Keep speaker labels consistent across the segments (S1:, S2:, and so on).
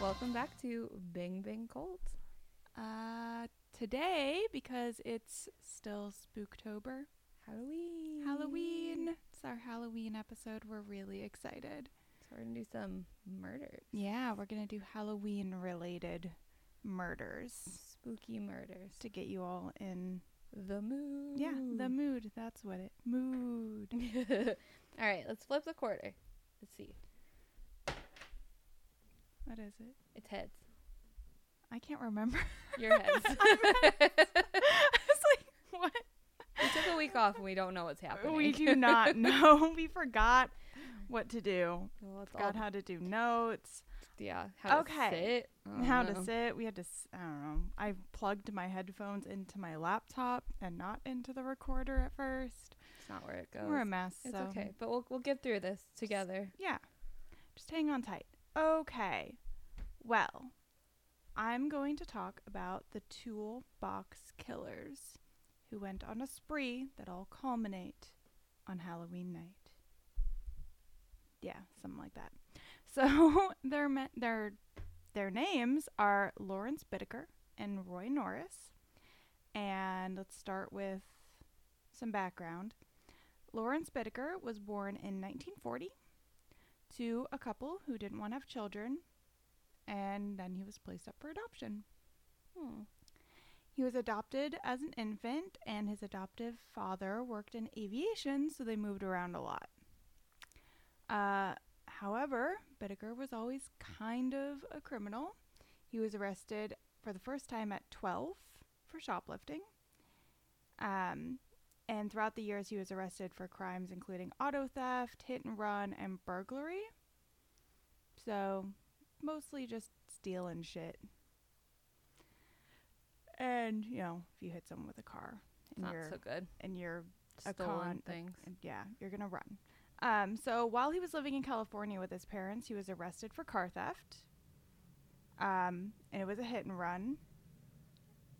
S1: Welcome back to Bing Bing Cult.
S2: Uh, today, because it's still Spooktober,
S1: Halloween.
S2: Halloween. It's our Halloween episode. We're really excited.
S1: So we're gonna do some murders.
S2: Yeah, we're going to do Halloween related murders
S1: Spooky murders.
S2: to get you all in.
S1: The mood.
S2: Yeah, the mood. That's what it. Mood.
S1: mood. All right, let's flip the quarter. Let's see.
S2: What is it?
S1: It's heads.
S2: I can't remember.
S1: Your heads.
S2: I was like, what?
S1: we took a week off and we don't know what's happening.
S2: We do not know. we forgot what to do.
S1: well, it's all,
S2: Forgot how to do notes.
S1: yeah. How
S2: Okay.
S1: to sit. I don't
S2: Mm-hmm. how to
S1: know.
S2: sit. We had to, s- I don't know. I plugged my headphones into my laptop and not into the recorder at first.
S1: It's not where it goes.
S2: We're a mess.
S1: it's
S2: so.
S1: okay, but we'll we'll get through this together.
S2: Yeah. Just hang on tight. Okay. Well, I'm going to talk about the Toolbox Killers who went on a spree that all culminate on Halloween night. Yeah, something like that. So their me- their their names are Lawrence Bittaker and Roy Norris. And let's start with some background. Lawrence Bittaker was born in 1940 to a couple who didn't want to have children, and then he was placed up for adoption.
S1: Hmm.
S2: He was adopted as an infant, and his adoptive father worked in aviation, so they moved around a lot. Uh, however, Bittaker was always kind of a criminal. He was arrested for the first time at 12 for shoplifting. Um, and throughout the years, he was arrested for crimes including auto theft, hit and run, and burglary. So, mostly just stealing shit. And you know, if you hit someone with a car
S1: It's
S2: and
S1: not
S2: you're
S1: so good.
S2: and you're a
S1: Stolen
S2: con- a-
S1: things.
S2: and yeah, you're gonna run. Um, so while he was living in California with his parents, he was arrested for car theft. Um, and it was a hit and run,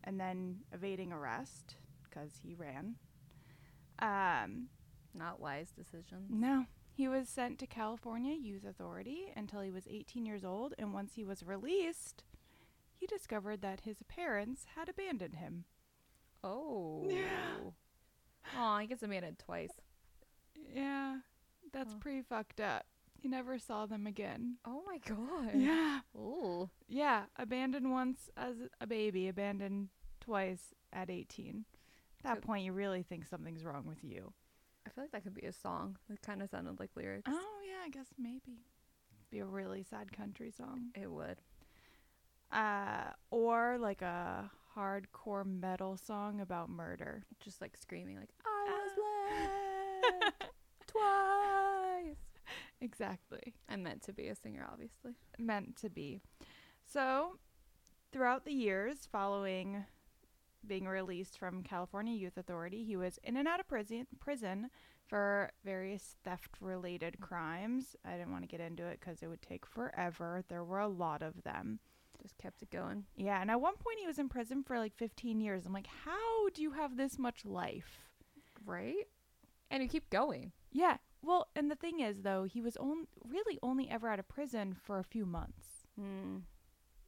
S2: and then evading arrest because he ran. Um,
S1: Not wise decisions.
S2: no, he was sent to California Youth Authority until he was 18 years old, and once he was released, he discovered that his parents had abandoned him.
S1: Oh. Aw, he gets abandoned twice.
S2: Yeah, that's
S1: Oh.
S2: pretty fucked up. He never saw them again.
S1: Oh my god.
S2: Yeah.
S1: Ooh.
S2: Yeah, abandoned once as a baby, abandoned twice at 18. At that
S1: Could-
S2: point, you really think something's wrong with you.
S1: I feel like that could be a song. It kind of sounded like lyrics.
S2: Oh, yeah, I guess maybe. Be a really sad country song.
S1: It would.
S2: Uh, or like a hardcore metal song about murder.
S1: Just like screaming, like, I
S2: Oh.
S1: was left
S2: Ah.
S1: twice.
S2: exactly.
S1: I meant to be a singer, obviously.
S2: meant to be. So, throughout the years following being released from California Youth Authority, he was in and out of prison prison for various theft-related crimes. I didn't want to get into it cuz it would take forever. There were a lot of them.
S1: Just kept it going.
S2: Yeah, and at one point he was in prison for like 15 years. I'm like, "How do you have this much life?"
S1: Right? And you keep going.
S2: Yeah. Well, and the thing is though, he was only really only ever out of prison for a few months. Hmm.
S1: Mm.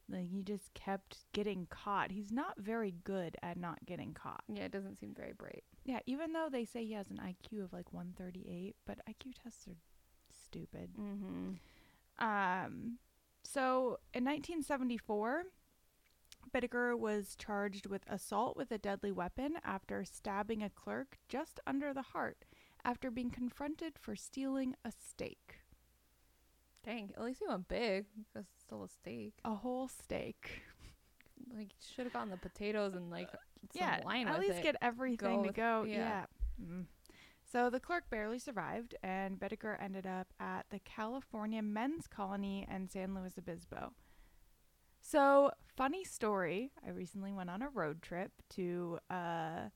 S2: Like he just kept getting caught. He's not very good at not getting caught.
S1: Yeah, it doesn't seem very bright.
S2: Yeah, even though they say he has an IQ of like 138, but IQ tests are stupid.
S1: Mm-hmm.
S2: Um, so in 1974, Bittaker was charged with assault with a deadly weapon after stabbing a clerk just under the heart after being confronted for stealing a steak.
S1: Dang, at least he went big. That's still a steak.
S2: A whole steak.
S1: Like, should have gotten the potatoes and, like, some
S2: yeah,
S1: wine
S2: at
S1: with
S2: least
S1: it.
S2: get everything
S1: Go
S2: to
S1: with-
S2: go. Yeah.
S1: yeah.
S2: Mm. So the clerk barely survived, and Bedecker ended up at the California Men's Colony in San Luis Obispo. So funny story. I recently went on a road trip to uh,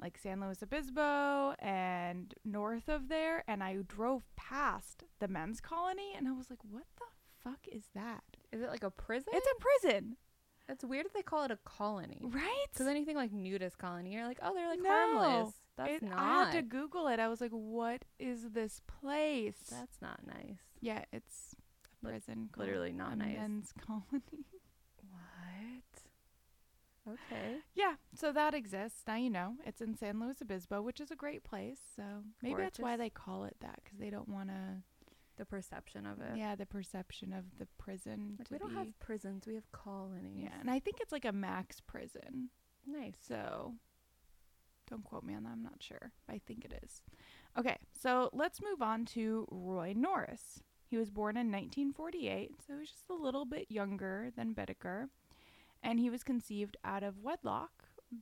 S2: like San Luis Obispo and north of there, and I drove past the Men's Colony, and I was like, "What the fuck is that?
S1: Is it like a prison?
S2: It's a prison,
S1: That's weird that they call it a colony.
S2: right?"
S1: Because anything like nudist colony, you're like, oh, they're like
S2: No,
S1: harmless. That's
S2: It-
S1: not.
S2: I had to Google it. I was like, "What is this place?"
S1: That's not nice.
S2: yeah, it's. I've
S1: Like,
S2: prison. col-
S1: literally not
S2: a
S1: nice.
S2: Men's colony.
S1: What? Okay.
S2: Yeah, so that exists. Now you know. It's in San Luis Obispo, which is a great place. So maybe that's why
S1: Gorgeous.
S2: they call it that because they don't want to.
S1: The perception of it.
S2: Yeah, the perception of the prison.
S1: Like
S2: to
S1: we don't
S2: be,
S1: have prisons, we have colonies.
S2: Yeah, and I think it's like a max prison.
S1: Nice.
S2: So don't quote me on that. I'm not sure. I think it is. Okay, so let's move on to Roy Norris. He was born in 1948, so he's just a little bit younger than Bittaker. And he was conceived out of wedlock,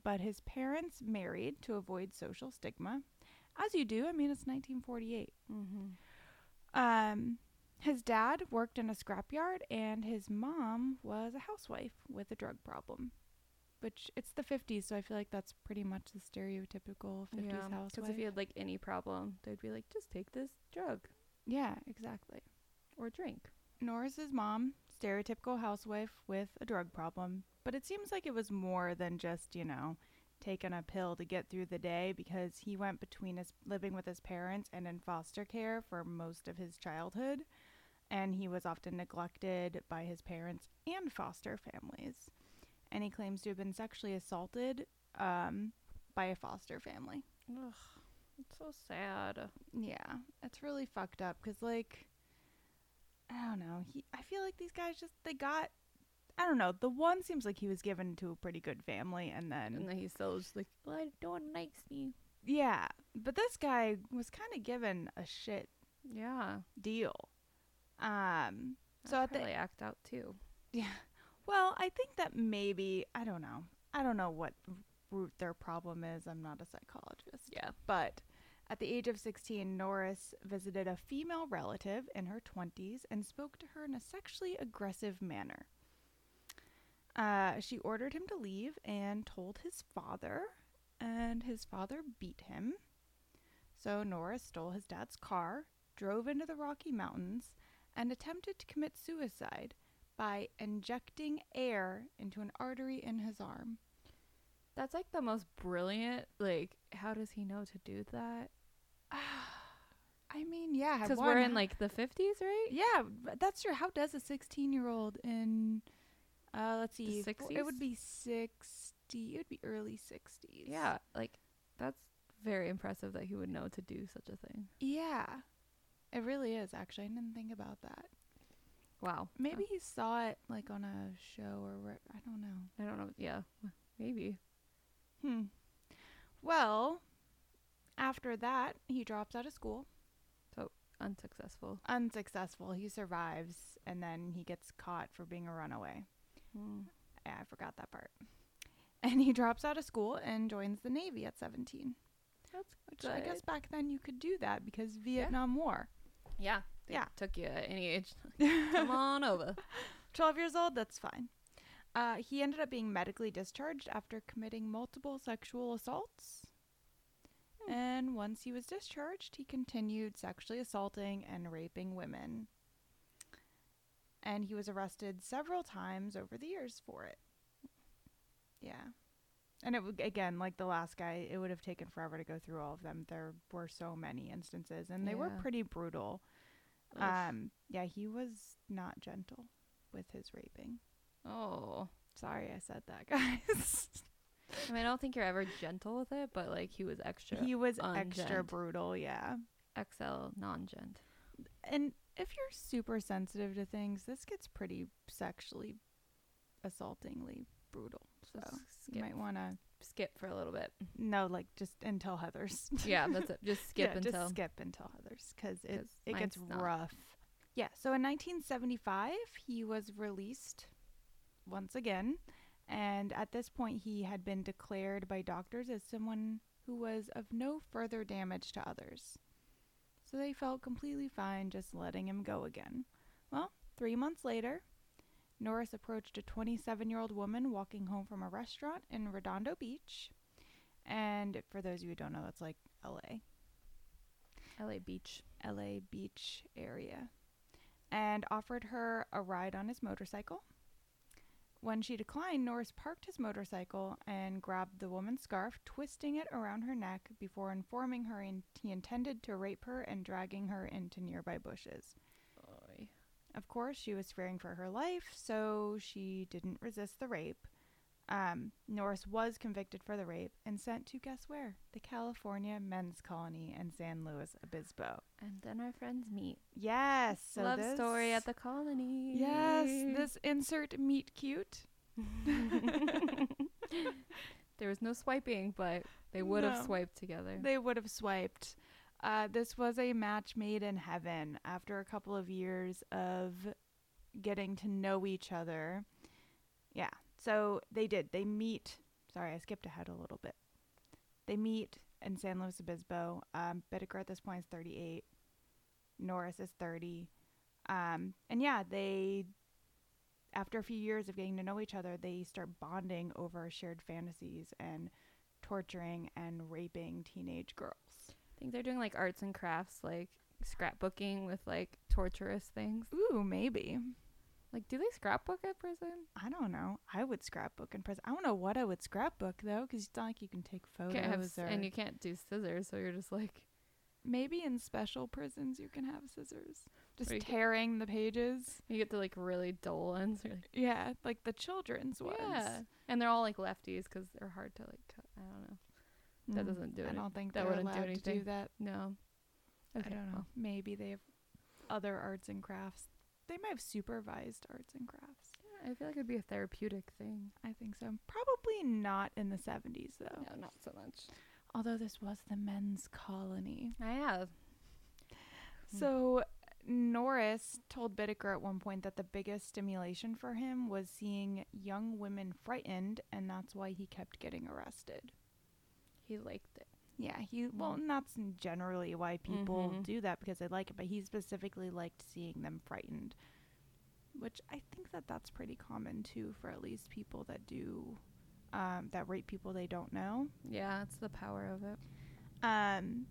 S2: but his parents married to avoid social stigma. As you do, I mean, it's 1948.
S1: Mm-hmm.
S2: Um, his dad worked in a scrapyard, and his mom was a housewife with a drug problem. Which it's the 50s, so I feel like that's pretty much the stereotypical 50s
S1: Yeah. Because
S2: housewife.
S1: if you had like any problem, they'd be like, just take this drug
S2: yeah, exactly.
S1: or drink.
S2: Norris's mom, stereotypical housewife with a drug problem, but it seems like it was more than just, you know, taking a pill to get through the day because he went between his living with his parents and in foster care for most of his childhood, and he was often neglected by his parents and foster families. And he claims to have been sexually assaulted um, by a foster family.
S1: Ugh. It's so sad.
S2: Yeah, it's really fucked up because, like, I don't know. He, I feel like these guys just they got. I don't know. The one seems like he was given to a pretty good family, and then
S1: And then he's still just like, well, no one likes me.
S2: yeah, but this guy was kind of given a shit
S1: Yeah.
S2: deal. Um. So
S1: I'd
S2: at the
S1: probably act out too.
S2: Yeah. Well, I think that maybe I don't know. I don't know what root their problem is. I'm not a psychologist.
S1: Yeah.
S2: But at the age of 16, Norris visited a female relative in her 20s and spoke to her in a sexually aggressive manner. Uh, she ordered him to leave and told his father, and his father beat him. So Norris stole his dad's car, drove into the Rocky Mountains, and attempted to commit suicide by injecting air into an artery in his arm.
S1: That's like the most brilliant. Like, how does he know to do that?
S2: I mean, yeah,
S1: Because
S2: one,
S1: we're in
S2: how-
S1: like the 50s, right?
S2: Yeah, but that's true. How does a 16 year old in, uh, let's see, four- it
S1: 60s?
S2: would be 60, it would be early 60s.
S1: Yeah. Like, that's very impressive that he would know to do such a thing.
S2: Yeah. It really is, actually. I didn't think about that.
S1: Wow.
S2: Maybe he saw it like on a show or where, I don't know.
S1: I don't know. Yeah. Maybe.
S2: Hmm. Well, after that, he drops out of school.
S1: Unsuccessful.
S2: Unsuccessful. He survives and then he gets caught for being a runaway.
S1: Hmm.
S2: Yeah, I forgot that part. And he drops out of school and joins the Navy at 17.
S1: That's
S2: Which I guess back then you could do that because Vietnam War.
S1: Yeah.
S2: they Yeah.
S1: Took you at any age. Come on over.
S2: 12 years old, that's fine. Uh, he ended up being medically discharged after committing multiple sexual assaults.
S1: Hmm.
S2: And once he was discharged, he continued sexually assaulting and raping women. And he was arrested several times over the years for it. Yeah. And it would again, like the last guy, it would have taken forever to go through all of them. There were so many instances, and they were
S1: Yeah.
S2: pretty brutal. Um, yeah, he was not gentle with his raping.
S1: oh.
S2: Sorry, I said that, guys.
S1: I mean, I don't think you're ever gentle with it, but like he was extra.
S2: he was extra
S1: ungent.
S2: brutal, yeah.
S1: XL non gent.
S2: And if you're super sensitive to things, this gets pretty sexually assaultingly brutal. So
S1: skip,
S2: you Oh, might want to
S1: skip for a little bit.
S2: no, like just until Heather's.
S1: Yeah, that's it. Just skip
S2: yeah,
S1: until.
S2: just skip until others because it
S1: 'Cause
S2: it gets
S1: mine's not.
S2: rough. Yeah. So in 1975, he was released once again, and at this point, he had been declared by doctors as someone who was of no further damage to others. So they felt completely fine just letting him go again. Well, three months later, Norris approached a 27 year old woman walking home from a restaurant in Redondo Beach. And for those of you who don't know, it's like LA.
S1: LA Beach.
S2: LA Beach area and offered her a ride on his motorcycle. When she declined, Norris parked his motorcycle and grabbed the woman's scarf, twisting it around her neck before informing her in- he intended to rape her and dragging her into nearby bushes. Of course, she was fearing for her life, so she didn't resist the rape. Um, Norris was convicted for the rape and sent to guess where? The California men's colony in San Luis Obispo.
S1: And then our friends meet.
S2: Yes. So
S1: Love
S2: this-
S1: story at the colony.
S2: Yes, this insert meet cute.
S1: there was no swiping, but they would have
S2: No.
S1: swiped together.
S2: They would have swiped. Uh, this was a match made in heaven after a couple of years of getting to know each other. Yeah, so they did. They meet. Sorry, I skipped ahead a little bit. They meet in San Luis Obispo. Um, Bittaker at this point is 38. Norris is 30. Um, and yeah, they, after a few years of getting to know each other, they start bonding over shared fantasies and torturing and raping teenage girls.
S1: I think they're doing like arts and crafts, like scrapbooking with like torturous things.
S2: Ooh, maybe.
S1: Like, do they scrapbook at prison?
S2: I don't know. I would scrapbook in prison. I don't know what I would scrapbook though, because it's not like you can take photos.
S1: Can't have, s-
S2: or
S1: and you can't do scissors, so you're just like,
S2: maybe in special prisons you can have scissors, just
S1: Or you could-
S2: tearing the pages.
S1: you get the like really dull ones. You're like,
S2: Yeah, like the children's ones.
S1: yeah. And they're all like lefties because they're hard to like cut. I don't know. That
S2: Mm,
S1: doesn't do
S2: I
S1: it.
S2: don't think
S1: that
S2: they're
S1: wouldn't do
S2: allowed to do
S1: anything.
S2: that.
S1: No.
S2: I don't know.
S1: well,
S2: Maybe they have other arts and crafts. They might have supervised arts and crafts.
S1: I feel like it'd be a therapeutic thing.
S2: I think so. Probably not in the 70s though.
S1: No, not so much.
S2: Although this was the men's colony.
S1: I have. Hmm.
S2: So Norris told Bittaker at one point that the biggest stimulation for him was seeing young women frightened, and that's why he kept getting arrested.
S1: He liked it.
S2: Yeah, he well, Mm-hmm. and that's generally why people
S1: Mhm.
S2: do that because they like it, but he specifically liked seeing them frightened, which I think that that's pretty common too for at least people that do um, that rape people they don't know.
S1: Yeah, it's the power of it.
S2: Um,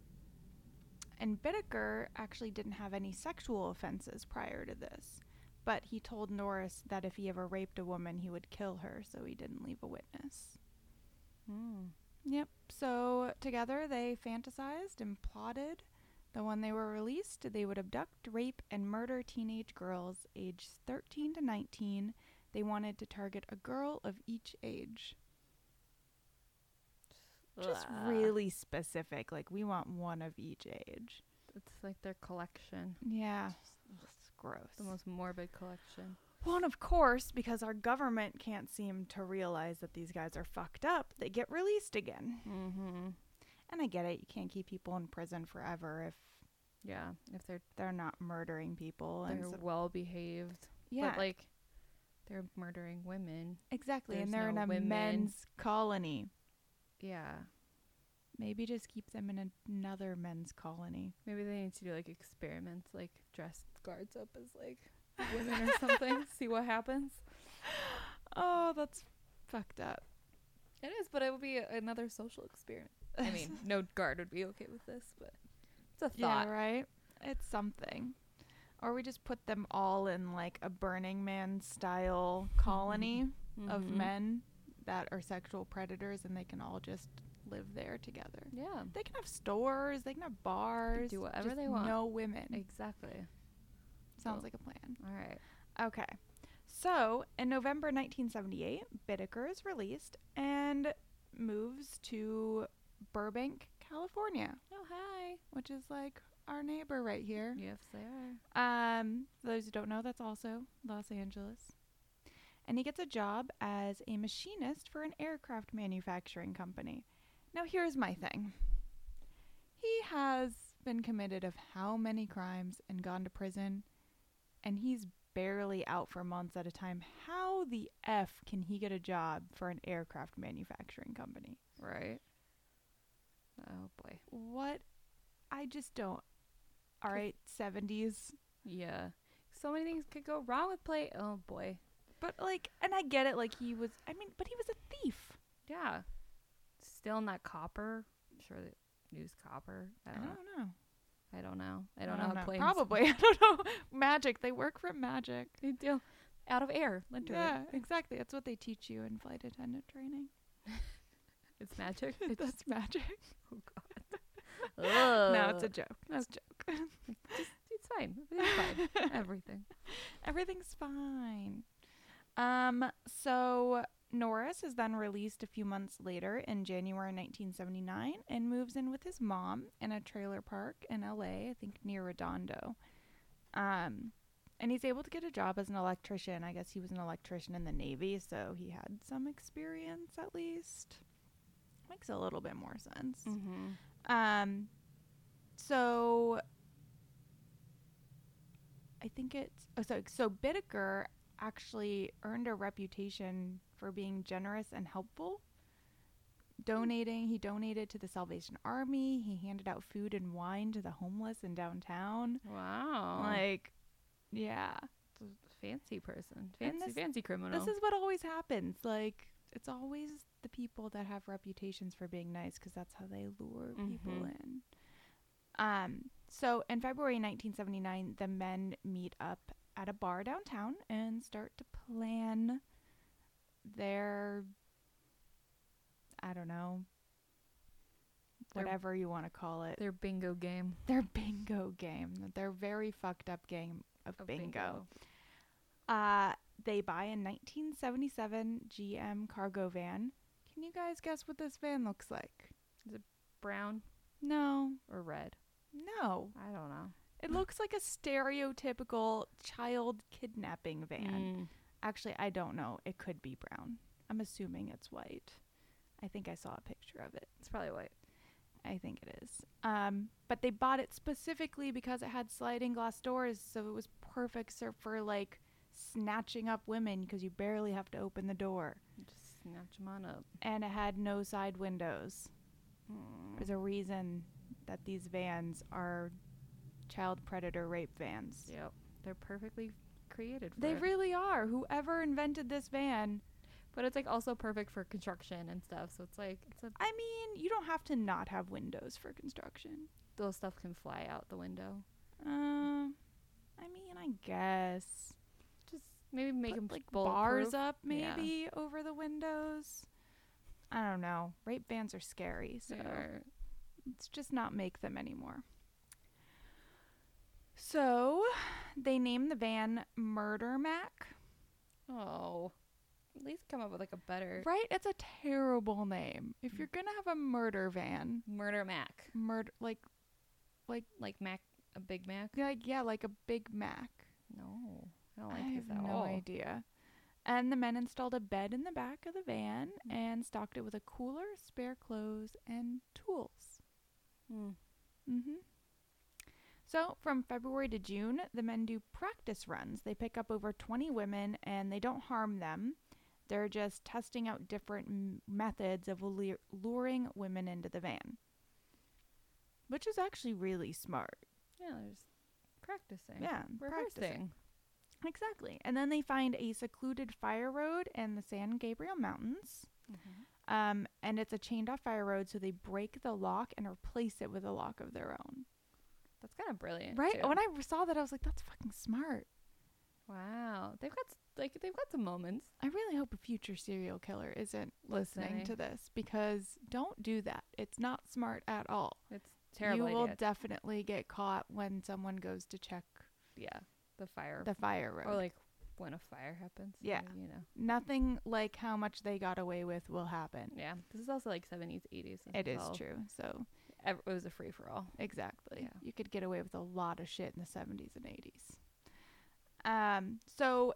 S2: and Bittaker actually didn't have any sexual offenses prior to this, but he told Norris that if he ever raped a woman, he would kill her, so he didn't leave a witness.
S1: Mm.
S2: Yep. So together they fantasized and plotted that when they were released, they would abduct, rape, and murder teenage girls aged 13 to 19. They wanted to target a girl of each age. Just
S1: Ugh.
S2: really specific. Like, we want one of each age.
S1: It's like their collection.
S2: Yeah. It's gross.
S1: The most morbid collection.
S2: well, and of course, because our government can't seem to realize that these guys are fucked up, they get released again.
S1: Mm-hmm.
S2: And I get it. You can't keep people in prison forever if
S1: Yeah, if they're
S2: they're not murdering people.
S1: they're
S2: and so-
S1: well behaved,
S2: yeah,
S1: but like they're murdering women.
S2: exactly. And
S1: there's
S2: they're
S1: no
S2: in a
S1: women.
S2: men's colony.
S1: Yeah,
S2: Maybe just keep them in an- another men's colony.
S1: maybe they need to do like experiments, like dress guards up as like women or something. see what happens.
S2: Oh, that's fucked up.
S1: It is, but it would be a- another social experiment. I mean, no guard would be okay with this, but it's a
S2: yeah,
S1: thought.
S2: right. It's something. Or we just put them all in like a Burning Man style colony. of
S1: Mhm.
S2: men that are sexual predators and they can all just live there together.
S1: Yeah,
S2: They can have stores, they can have bars,
S1: do whatever
S2: just
S1: they want.
S2: No women.
S1: exactly.
S2: Sounds
S1: so-
S2: like a plan.
S1: All right.
S2: Okay. So, in November 1978, Bittaker is released and moves to Burbank, California,
S1: Oh hi.
S2: which is like our neighbor right here.
S1: Yes, they are.
S2: Um, for those who don't know, that's also Los Angeles. And he gets a job as a machinist for an aircraft manufacturing company. Now, here's my thing he has been committed of how many crimes and gone to prison, and he's barely out for months at a time. How the F can he get a job for an aircraft manufacturing company?
S1: Right. Oh boy.
S2: What? I just don't. All
S1: Cause-
S2: right, 70s.
S1: Yeah. So many things could go wrong with play. Oh boy.
S2: But like, and I get it. Like he was. I mean, but he was a thief.
S1: Yeah. Still not copper. sure they use copper. I don't know.
S2: know.
S1: I don't know. I don't know how planes
S2: Probably. I don't know. Magic. They work from magic.
S1: They do out of air. Literally.
S2: Yeah, exactly. That's what they teach you in flight attendant training.
S1: It's magic.
S2: That's magic.
S1: oh.
S2: Uh, no, it's a joke. It's a joke.
S1: it's fine. Everything's fine. Everything.
S2: Everything's fine. Um, so Norris is then released a few months later in January 1979 and moves in with his mom in a trailer park in LA, I think near Redondo. Um, and he's able to get a job as an electrician. I guess he was an electrician in the Navy, so he had some experience at least. Makes a little bit more sense.
S3: Mm-hmm.
S2: Um, so I think it's oh, so so Bittaker actually earned a reputation for being generous and helpful. Donating, he donated to the Salvation Army. He handed out food and wine to the homeless in downtown.
S3: Wow.
S2: Like, yeah,
S3: fancy person.
S2: And
S3: Fancy,
S2: this-
S3: fancy criminal.
S2: this is what always happens. Like, it's always the people that have reputations for being nice because that's how they lure people
S3: Mhm.
S2: in. Um, so in February 1979, the men meet up at a bar downtown and start to plan their, I don't know,
S1: Their-
S2: whatever you want to call it,
S1: Their bingo game.
S2: their bingo game, their very fucked up game of,
S1: of
S2: bingo. Uh, they buy a 1977 GM cargo van. Can you guys guess what this van looks like?
S3: brown
S2: No,
S3: or red.
S2: no.
S3: I don't know.
S2: It looks like a stereotypical child kidnapping
S1: Mm.
S2: van. Actually, I don't know. It could be brown. I'm assuming it's white. I think I saw a picture of it.
S1: It's probably white.
S2: I think it is. Um, but they bought it specifically because it had sliding glass doors, so it was perfect ser- for like snatching up women because you barely have to open the door.
S3: Just snatch them on up.
S2: and it had no side windows. There's a reason that these vans are child predator rape vans.
S3: Yep. They're perfectly created for
S2: They
S3: it.
S2: really are. Whoever invented this van,
S3: but it's like also perfect for construction and stuff. So it's like it's a
S2: I mean, you don't have to not have windows for construction.
S3: those stuff can fly out the window.
S2: Um, I mean, I guess
S3: Just maybe make
S2: Put,
S3: them
S2: like bars up
S3: Yeah.
S2: maybe over the windows. I don't know. Rape vans are scary, so let's just not make them anymore. So they named the van Murder Mac.
S3: Oh, at least come up with like a better
S2: Right? It's a terrible name. If you're gonna have a murder van,
S3: murder Mac,
S2: murder like
S3: like Mac, a Big Mac.
S2: like yeah, like a Big Mac.
S3: No, I don't
S2: I
S3: like
S2: have
S3: this at
S2: no
S3: all.
S2: idea. And the men installed a bed in the back of the van and stocked it with a cooler, spare clothes, and tools.
S3: Mm.
S2: Mm-hmm. So, from February to June, the men do practice runs. They pick up over 20 women and they don't harm them. They're just testing out different m- methods of lure- luring women into the van, which is actually really smart.
S3: Yeah, there's practicing.
S2: Yeah, practicing.
S3: rehearsing.
S2: Exactly. And then they find a secluded fire road in the San Gabriel Mountains.
S3: Mm-hmm.
S2: Um, and it's a chained off fire road, so they break the lock and replace it with a lock of their own.
S3: That's kind of brilliant,
S2: Right?
S3: too.
S2: When I saw that, I was like, that's fucking smart.
S3: wow, they've got s- like they've got some moments.
S2: I really hope a future serial killer isn't listening, to
S3: Listening.
S2: this because don't do that. It's not smart at all.
S3: It's terrible.
S2: you will
S3: idea.
S2: definitely get caught when someone goes to check
S3: yeah, the fire
S2: the fire road.
S3: or like when a fire happens.
S2: Yeah.
S3: you know.
S2: Nothing like how much they got away with will happen.
S3: Yeah, this is also like seventies, eighties.
S2: It is true. So,
S3: It was a free for all.
S2: exactly.
S3: Yeah.
S2: You could get away with a lot of shit in the 70s and 80s. Um, so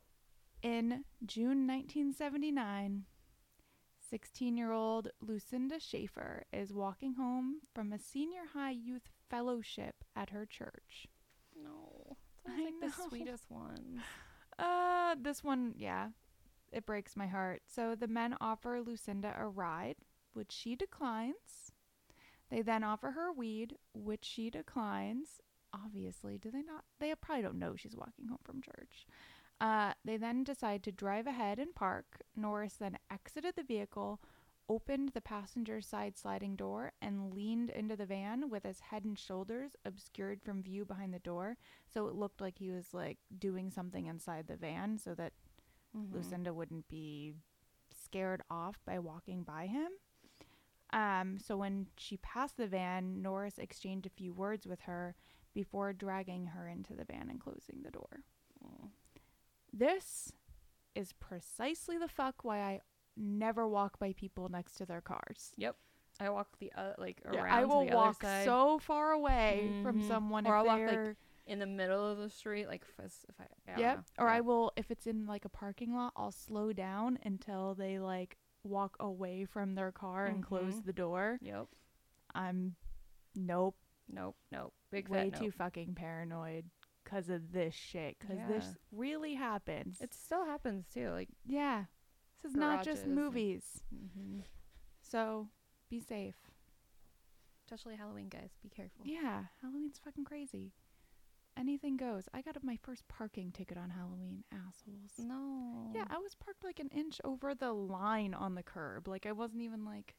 S2: in June 1979, 16 year old Lucinda Schaefer is walking home from a senior high youth fellowship at her church.
S3: No, it's
S2: I
S3: always like
S2: know.
S3: the sweetest ones.
S2: Uh, this one, yeah, it breaks my heart. So the men offer Lucinda a ride, which she declines. They then offer her weed, which she declines. Obviously, do they not? They probably don't know she's walking home from church. Uh, they then decide to drive ahead and park. Norris then exited the vehicle, opened the passenger side sliding door, and leaned into the van with his head and shoulders obscured from view behind the door. So it looked like he was like doing something inside the van so that
S3: Mm-hmm.
S2: Lucinda wouldn't be scared off by walking by him. Um, so when she passed the van, Norris exchanged a few words with her before dragging her into the van and closing the door. This is precisely the fuck why I never walk by people next to their cars.
S3: I walk the uh, like
S2: Yeah,
S3: around.
S2: I
S3: to
S2: will
S3: the other
S2: walk
S3: side,
S2: so far away from
S3: Mhm.
S2: someone
S3: Or
S2: if
S3: I'll walk, like,
S2: they're
S3: in the middle of the street, like if, I s- if I. I don't
S2: yep.
S3: know.
S2: Or
S3: Yeah.
S2: I will if it's in like a parking lot, I'll slow down until they like walk away from their car and close
S3: Mhm.
S2: the door.
S3: Yep.
S2: I'm nope,
S3: Nope. Nope. Big
S2: way
S3: fat
S2: too
S3: nope.
S2: fucking paranoid cuz of this shit cuz
S3: Yeah.
S2: this really happens.
S3: It still happens too. Like.
S2: yeah. This is not
S3: garages
S2: just
S3: and-
S2: movies.
S3: Mm-hmm.
S2: So, be safe.
S3: Especially Halloween, guys. Be careful.
S2: Yeah, Halloween's fucking crazy. Anything goes. I got my first parking ticket on Halloween, assholes.
S3: No.
S2: Yeah, I was parked like an inch over the line on the curb. Like I wasn't even like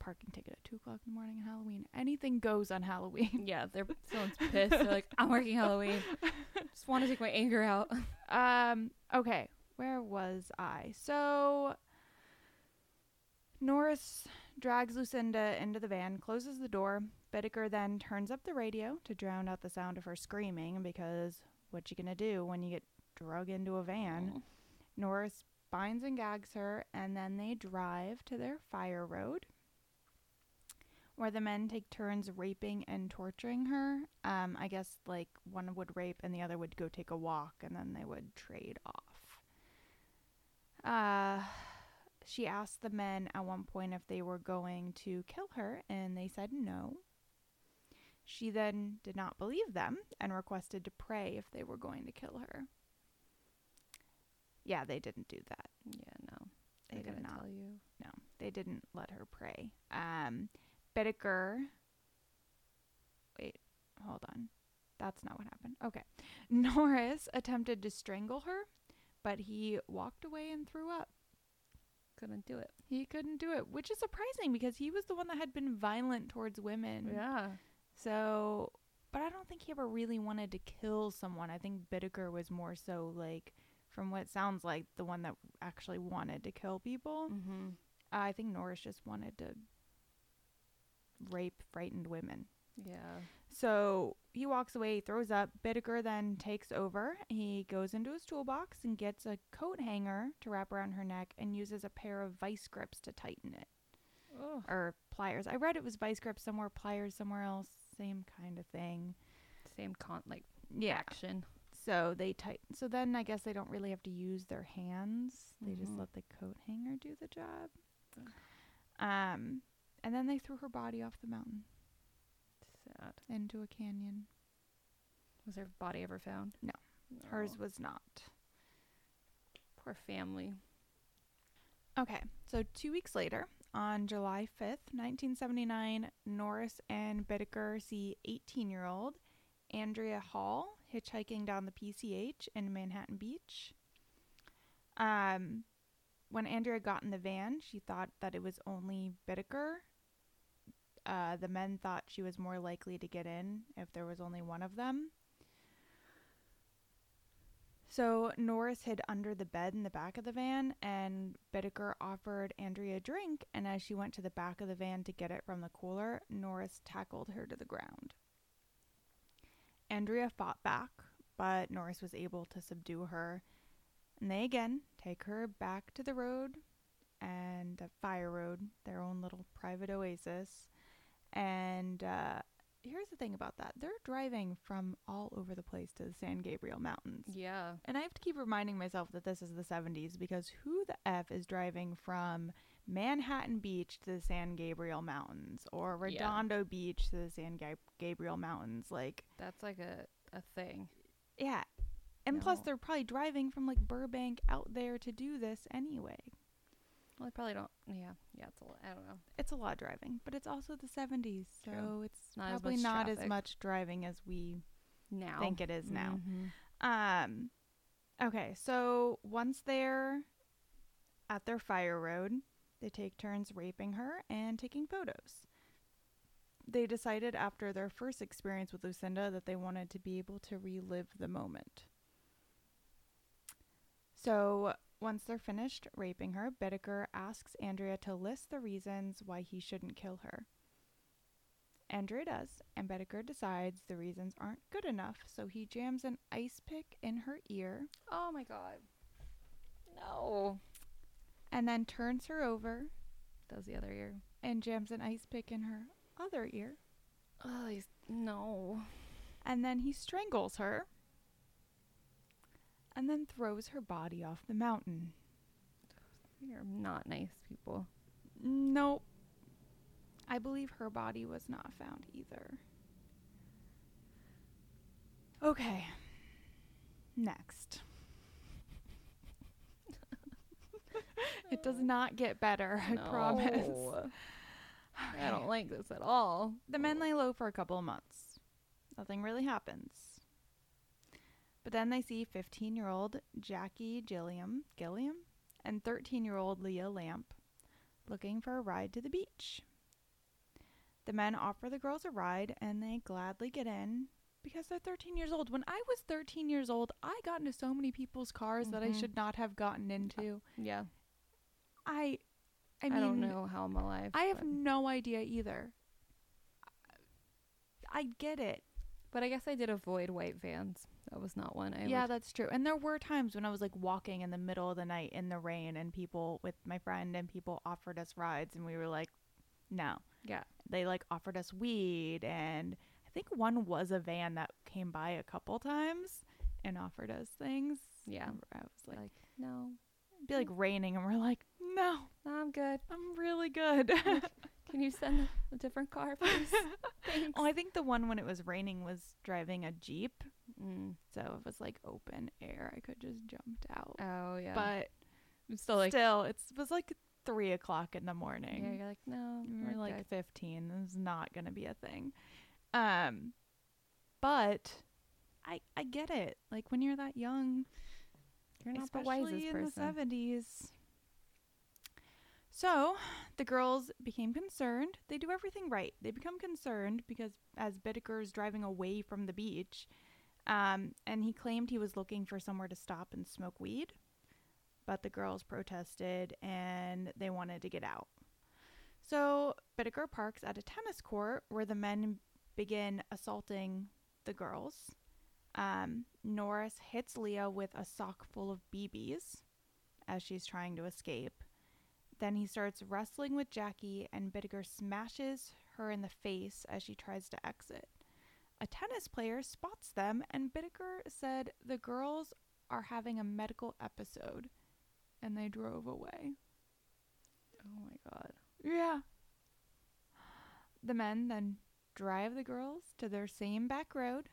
S2: parking ticket at two o'clock in the morning on Halloween. Anything goes on Halloween.
S3: Yeah, they're someone's pissed. They're like, I'm working Halloween. Just want to take my anger out.
S2: um. Okay, where was I? So Norris drags Lucinda into the van, closes the door. Bittaker then turns up the radio to drown out the sound of her screaming because what you gonna do when you get drug into a van? Norris binds and gags her, and then they drive to their fire road where the men take turns raping and torturing her. Um, I guess like one would rape and the other would go take a walk, and then they would trade off. Uh, she asked the men at one point if they were going to kill her, and they said no. She then did not believe them and requested to pray if they were going to kill her. Yeah, they didn't do that
S3: Yeah, no.
S2: They
S3: They gotta
S2: did not.
S3: tell you.
S2: they didn't let her pray. Um, Bittaker. Wait, hold on. That's not what happened. Okay. Norris attempted to strangle her, but he walked away and threw up.
S3: Couldn't do it.
S2: He couldn't do it, which is surprising because he was the one that had been violent towards women.
S3: Yeah.
S2: So, but I don't think he ever really wanted to kill someone. I think Bittaker was more so like, from what it sounds like, the one that actually wanted to kill people.
S3: Mm-hmm.
S2: I think Norris just wanted to rape frightened women.
S3: Yeah.
S2: So he walks away, throws up. Bittaker then takes over. He goes into his toolbox and gets a coat hanger to wrap around her neck and uses a pair of vice grips to tighten it.
S3: Oh.
S2: Or pliers. I read it was vice grips somewhere, pliers somewhere else. Same kind of thing.
S3: Same con like
S2: Yeah.
S3: action.
S2: So they tighten. So then I guess they don't really have to use their hands. They just
S3: Mhm.
S2: let the coat hanger do the job.
S3: Okay.
S2: Um, and then they threw her body off the mountain
S3: Sad.
S2: into a canyon.
S3: Was her body ever found?
S2: No. Hers
S3: No.
S2: was not.
S3: Poor family.
S2: Okay. So two weeks later, on July 5th, 1979, Norris and Bittaker see 18 year old Andrea Hall hitchhiking down the PCH in Manhattan Beach. Um, when Andrea got in the van, she thought that it was only Bittaker. Uh, the men thought she was more likely to get in if there was only one of them. So Norris hid under the bed in the back of the van, and Bittaker offered Andrea a drink. And as she went to the back of the van to get it from the cooler, Norris tackled her to the ground. Andrea fought back, but Norris was able to subdue her. And they again take her back to the road and the fire road, their own little private oasis. And uh, here's the thing about that they're driving from all over the place to the San Gabriel Mountains.
S3: Yeah.
S2: And I have to keep reminding myself that this is the 70s because who the F is driving from Manhattan Beach to the San Gabriel Mountains or
S3: Yeah.
S2: Redondo Beach to the San Ga- Gabriel Mountains? Like,
S3: That's like a, a thing.
S2: yeah. And plus,
S3: No.
S2: they're probably driving from like Burbank out there to do this anyway.
S3: Well, I probably don't. Yeah. Yeah. It's a lot. I don't know.
S2: It's a lot of driving, but it's also the 70s, so
S3: True.
S2: it's
S3: Not as
S2: probably
S3: much
S2: not as
S3: traffic.
S2: much driving as we
S3: Now.
S2: think it is now.
S3: Mhm.
S2: Um okay, so once they're at their fire road, they take turns raping her and taking photos. They decided after their first experience with Lucinda that they wanted to be able to relive the moment. So once they're finished raping her, Bittaker asks Andrea to list the reasons why he shouldn't kill her. Andrea does, and Baedeker decides the reasons aren't good enough, so he jams an ice pick in her ear
S1: Oh my god. No.
S2: and then turns her over
S1: That was the other ear.
S2: and jams an ice pick in her other ear,
S1: Oh, he's, no.
S2: and then he strangles her and then throws her body off the mountain.
S1: You're not nice people.
S2: Nope. I believe her body was not found either. Okay. Next. it does not get better, I promise.
S1: No. I don't like this at all.
S2: The men lay low for a couple of months. Nothing really happens. But then they see 15 year old Jackie Gilliam, Gilliam and 13 year old Leah Lamp looking for a ride to the beach. The men offer the girls a ride and they gladly get in because they're 13 years old. When I was 13 years old, I got into so many people's cars that I
S1: Mhm.
S2: should not have gotten into.
S1: Yeah.
S2: I I
S1: I,
S2: mean
S1: don't know how I'm alive.
S2: I have
S1: but-
S2: no idea either. I get it.
S1: But I guess I did avoid white vans. That was not one I
S2: yeah,
S1: would-
S2: that's true. And there were times when I was like walking in the middle of the night in the rain and people with my friend and people offered us rides and we were like, no.
S1: Yeah.
S2: They like offered us weed and I think one was a van that came by a couple times and offered us things.
S1: Yeah.
S2: And I was like,
S1: like, no,
S2: it'd be like raining and we're like, no,
S1: no, I'm good.
S2: I'm really good.
S1: Can you send a different car, please? Thanks.
S2: oh, I think the one when it was raining was driving a Jeep.
S1: Mm.
S2: So it was like open air. I could just jumped out.
S1: Oh yeah.
S2: But
S1: I'm still like,
S2: still, it's, it was like three o'clock in the morning.
S1: yeah, you're like, no,
S2: We We're
S1: we're
S2: like 15. This is not going to be a thing. Um, but I I get it. Like when you're that young,
S1: you're not the
S2: especially
S1: wisest
S2: in the
S1: person.
S2: 70s. So the girls became concerned. They do everything right. They become concerned because as Bittaker is driving away from the beach, um, and he claimed he was looking for somewhere to stop and smoke weed, but the girls protested and they wanted to get out. So Bittaker parks at a tennis court where the men begin assaulting the girls. Um, Norris hits Leah with a sock full of BBs as she's trying to escape. Then he starts wrestling with Jackie, and Bittaker smashes her in the face as she tries to exit. A tennis player spots them, and Bittaker said the girls are having a medical episode, and they drove away.
S1: oh my god.
S2: Yeah. The men then drive the girls to their same back road.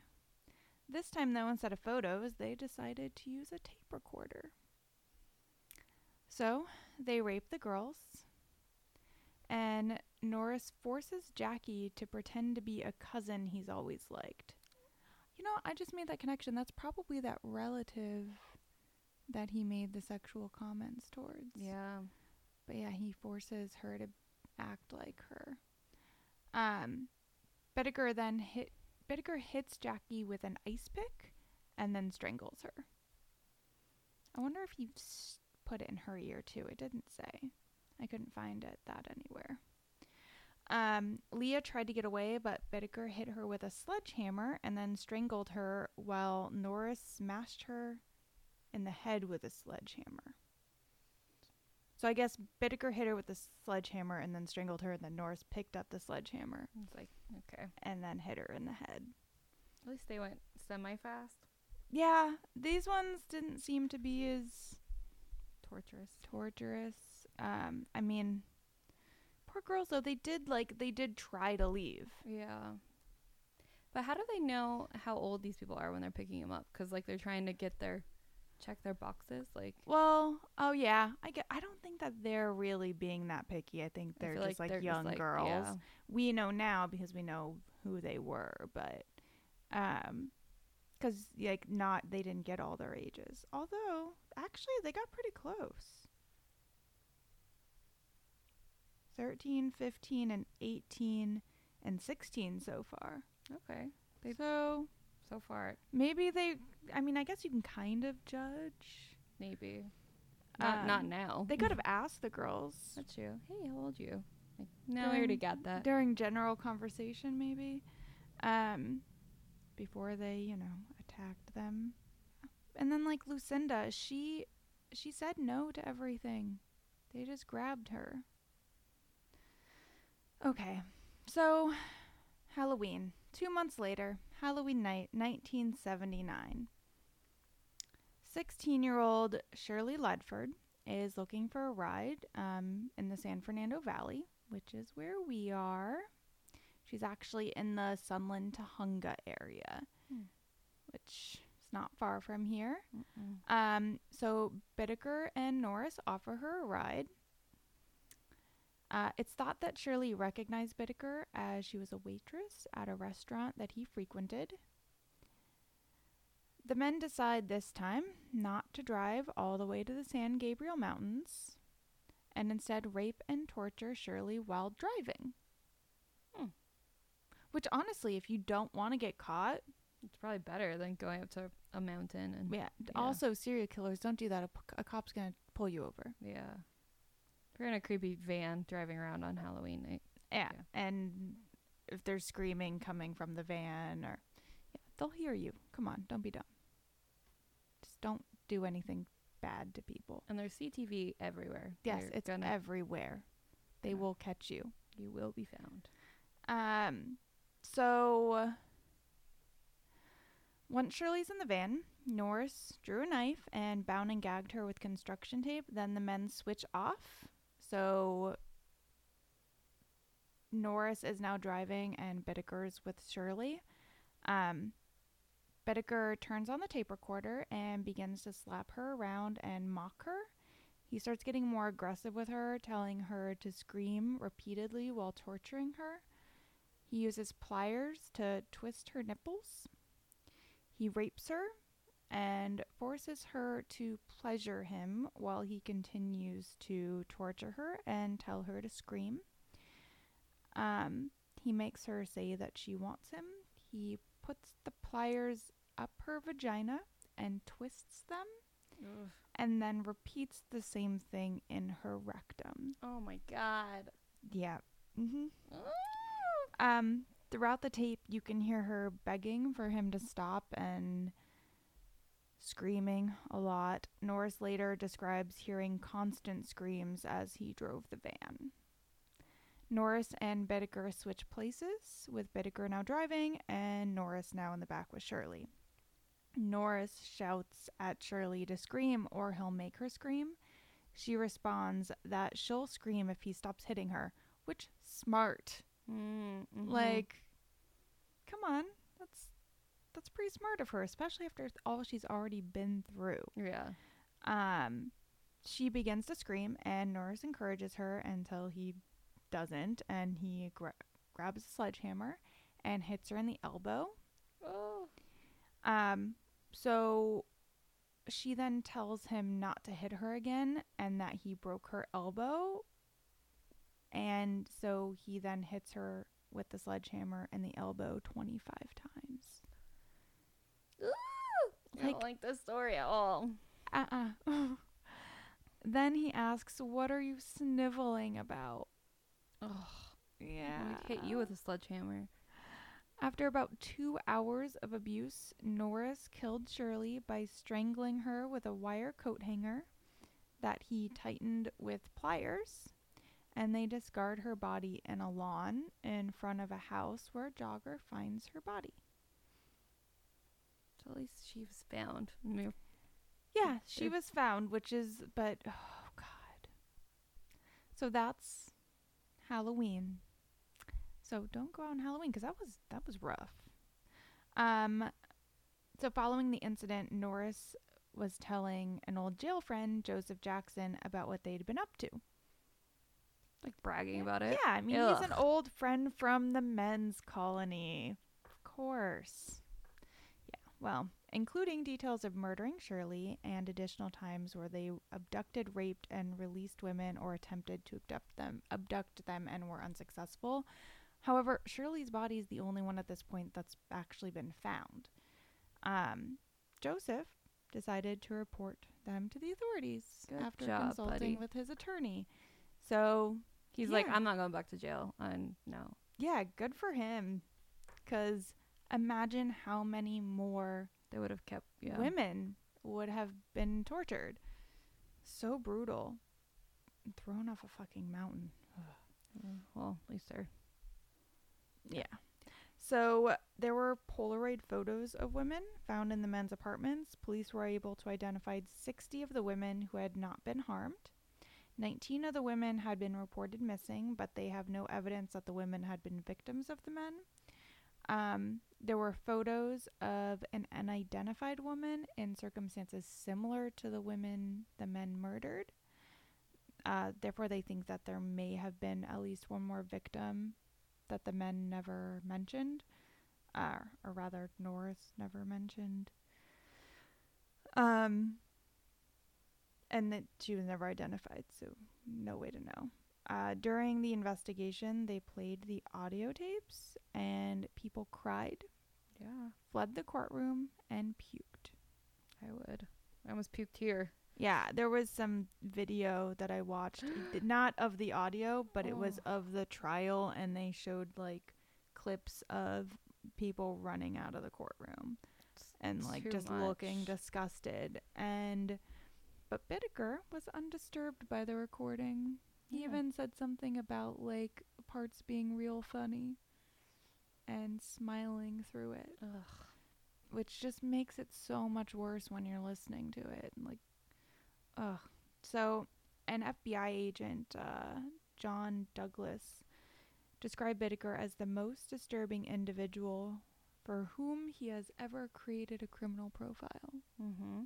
S2: This time, though, instead of photos, they decided to use a tape recorder. So they rape the girls, and Norris forces Jackie to pretend to be a cousin he's always liked. You know, I just made that connection. That's probably that relative that he made the sexual comments towards.
S1: Yeah.
S2: But yeah, he forces her to act like her. Um, Bittaker then hit Bittaker hits Jackie with an ice pick and then strangles her. I wonder if he s- put it in her ear too. It didn't say. I couldn't find it that anywhere. Um, Leah tried to get away, but Bittaker hit her with a sledgehammer and then strangled her while Norris smashed her in the head with a sledgehammer. So I guess Bittaker hit her with a sledgehammer and then strangled her, and then Norris picked up the sledgehammer
S1: It's like, okay.
S2: and then hit her in the head.
S1: At least they went semi-fast.
S2: Yeah, these ones didn't seem to be as
S1: Torturous.
S2: torturous. Um, I mean, poor girls though. They did like they did try to leave.
S1: Yeah. But how do they know how old these people are when they're picking them up? Because like they're trying to get their, check their boxes. Like
S2: Well, oh yeah, I get, I don't think that they're really being that picky. I think
S1: I
S2: they're
S1: feel
S2: just like,
S1: they're
S2: young
S1: like-
S2: girls.
S1: yeah.
S2: we know now because we know who they were, but um 'cause like not they didn't get all their ages. Although actually they got pretty close. 13, 15 and 18 and 16 so far.
S1: Okay. They-
S2: so
S1: So far,
S2: maybe they I mean I guess you can kind of judge.
S1: maybe. Not, not
S2: Um,
S1: now.
S2: They could have asked the girls.
S1: That's you. Hey, how old you? I Like, no, I already
S2: During-
S1: got that.
S2: during general conversation maybe um before they you know attacked them and then like lucinda she she said no to everything they just grabbed her okay so halloween two months later halloween night 1979 16 year old shirley ledford is looking for a ride um, in the san fernando valley which is where we are. She's actually in the Sunland Tahunga area,
S1: Hmm.
S2: which is not far from here.
S1: Mm-mm.
S2: Um, so Bittaker and Norris offer her a ride. Uh, it's thought that Shirley recognized Bittaker as she was a waitress at a restaurant that he frequented. The men decide this time not to drive all the way to the San Gabriel Mountains and instead rape and torture Shirley while driving.
S1: Hmm.
S2: Which, honestly, if you don't want to get caught,
S1: It's probably better than going up to a mountain and
S2: yeah, d-
S1: Yeah.
S2: also serial killers don't do that. A, p- a cop's going to pull you over.
S1: yeah. If you're in a creepy van driving around on Halloween night,
S2: Yeah.
S1: Yeah.
S2: And if there's screaming coming from the van or yeah, they'll hear you. Come on, don't be dumb. Just don't do anything bad to people.
S1: and there's CTV everywhere.
S2: Yes,
S1: You're
S2: it's
S1: gonna
S2: everywhere. They
S1: Yeah.
S2: will catch you.
S1: you will be found.
S2: Um, so once Shirley's in the van, Norris drew a knife and bound and gagged her with construction tape. Then the men switch off. So Norris is now driving and Bittaker's with Shirley. Um, Bittaker turns on the tape recorder and begins to slap her around and mock her. He starts getting more aggressive with her, telling her to scream repeatedly while torturing her. He uses pliers to twist her nipples. He rapes her and forces her to pleasure him while he continues to torture her and tell her to scream. Um, he makes her say that she wants him. He puts the pliers up her vagina and twists them and then repeats the same thing in her rectum.
S1: Oh my god.
S2: Yeah. hmm Um, throughout the tape, you can hear her begging for him to stop and screaming a lot. Norris later describes hearing constant screams as he drove the van. Norris and Bittaker switch places, with Bittaker now driving and Norris now in the back with Shirley. Norris shouts at Shirley to scream or he'll make her scream. She responds that she'll scream if he stops hitting her, which smart.
S1: Mm-hmm.
S2: Like, come on, that's that's pretty smart of her, especially after all she's already been through.
S1: yeah.
S2: Um, she begins to scream, and Norris encourages her until he doesn't, and he gra- grabs a sledgehammer and hits her in the elbow.
S1: Oh.
S2: Um, so she then tells him not to hit her again and that he broke her elbow. And so he then hits her with the sledgehammer in the elbow 25 times.
S1: I
S2: Like-
S1: don't like this story at all.
S2: Uh uh
S1: Uh-uh.
S2: then he asks, What are you sniveling about?
S1: Oh,
S2: Yeah.
S1: We'd hit you with a sledgehammer.
S2: After about two hours of abuse, Norris killed Shirley by strangling her with a wire coat hanger that he tightened with pliers, and they discard her body in a lawn in front of a house where a jogger finds her body.
S1: So at least she was found. And we were-
S2: Yeah, she
S1: It-
S2: was found, which is, but oh god. So that's Halloween. So don't go out on Halloween because that was that was rough. Um, so following the incident, Norris was telling an old jail friend, Joseph Jackson, about what they'd been up to.
S1: Like bragging about it.
S2: Yeah, I mean he's an
S1: Ugh.
S2: old friend from the men's colony. Of course. Yeah, well, including details of murdering Shirley and additional times where they abducted, raped, and released women or attempted to abduct them abduct them and were unsuccessful. However, Shirley's body is the only one at this point that's actually been found. Um, Joseph decided to report them to the authorities
S1: Good
S2: after
S1: job,
S2: consulting
S1: buddy.
S2: with his attorney. So
S1: He's like,
S2: Yeah.
S1: I'm not going back to jail. And no.
S2: Yeah, good for him. Because imagine how many more
S1: They would have kept yeah.
S2: women would have been tortured. So brutal. Thrown off a fucking mountain.
S1: Mm, Well, at least they're
S2: Yeah. So there were Polaroid photos of women found in the men's apartments. Police were able to identify 60 of the women who had not been harmed. 19 of the women had been reported missing, but they have no evidence that the women had been victims of the men. Um, there were photos of an unidentified woman in circumstances similar to the women the men murdered. Uh, therefore, they think that there may have been at least one more victim that the men never mentioned, uh, or rather, Norris never mentioned. Um, and that she was never identified, so no way to know. Uh, during the investigation, they played the audio tapes, and people cried,
S1: yeah.
S2: fled the courtroom, and puked.
S1: I would. I almost puked here.
S2: Yeah, there was some video that I watched, it did- not of the audio, but it was
S1: Oh.
S2: of the trial, and they showed like clips of people running out of the courtroom
S1: It's
S2: and like
S1: too
S2: just looking
S1: much.
S2: disgusted. And but Bittaker was undisturbed by the recording. He
S1: Yeah.
S2: even said something about like parts being real funny and smiling through it
S1: Ugh.
S2: which just makes it so much worse when you're listening to it. and, Like, ugh. So, an FBI agent, uh, John Douglas, described Bittaker as the most disturbing individual for whom he has ever created a criminal profile.
S1: Mm-hmm.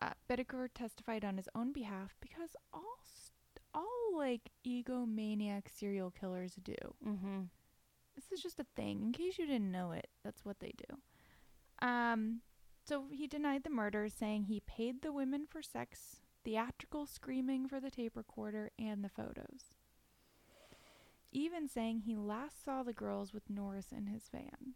S2: Uh, Bittaker testified on his own behalf because all, st- all like egomaniac serial killers do.
S1: Mm-hmm.
S2: This is just a thing. In case you didn't know it, that's what they do. Um, so he denied the murders, saying he paid the women for sex, theatrical screaming for the tape recorder, and the photos. Even saying he last saw the girls with Norris in his van.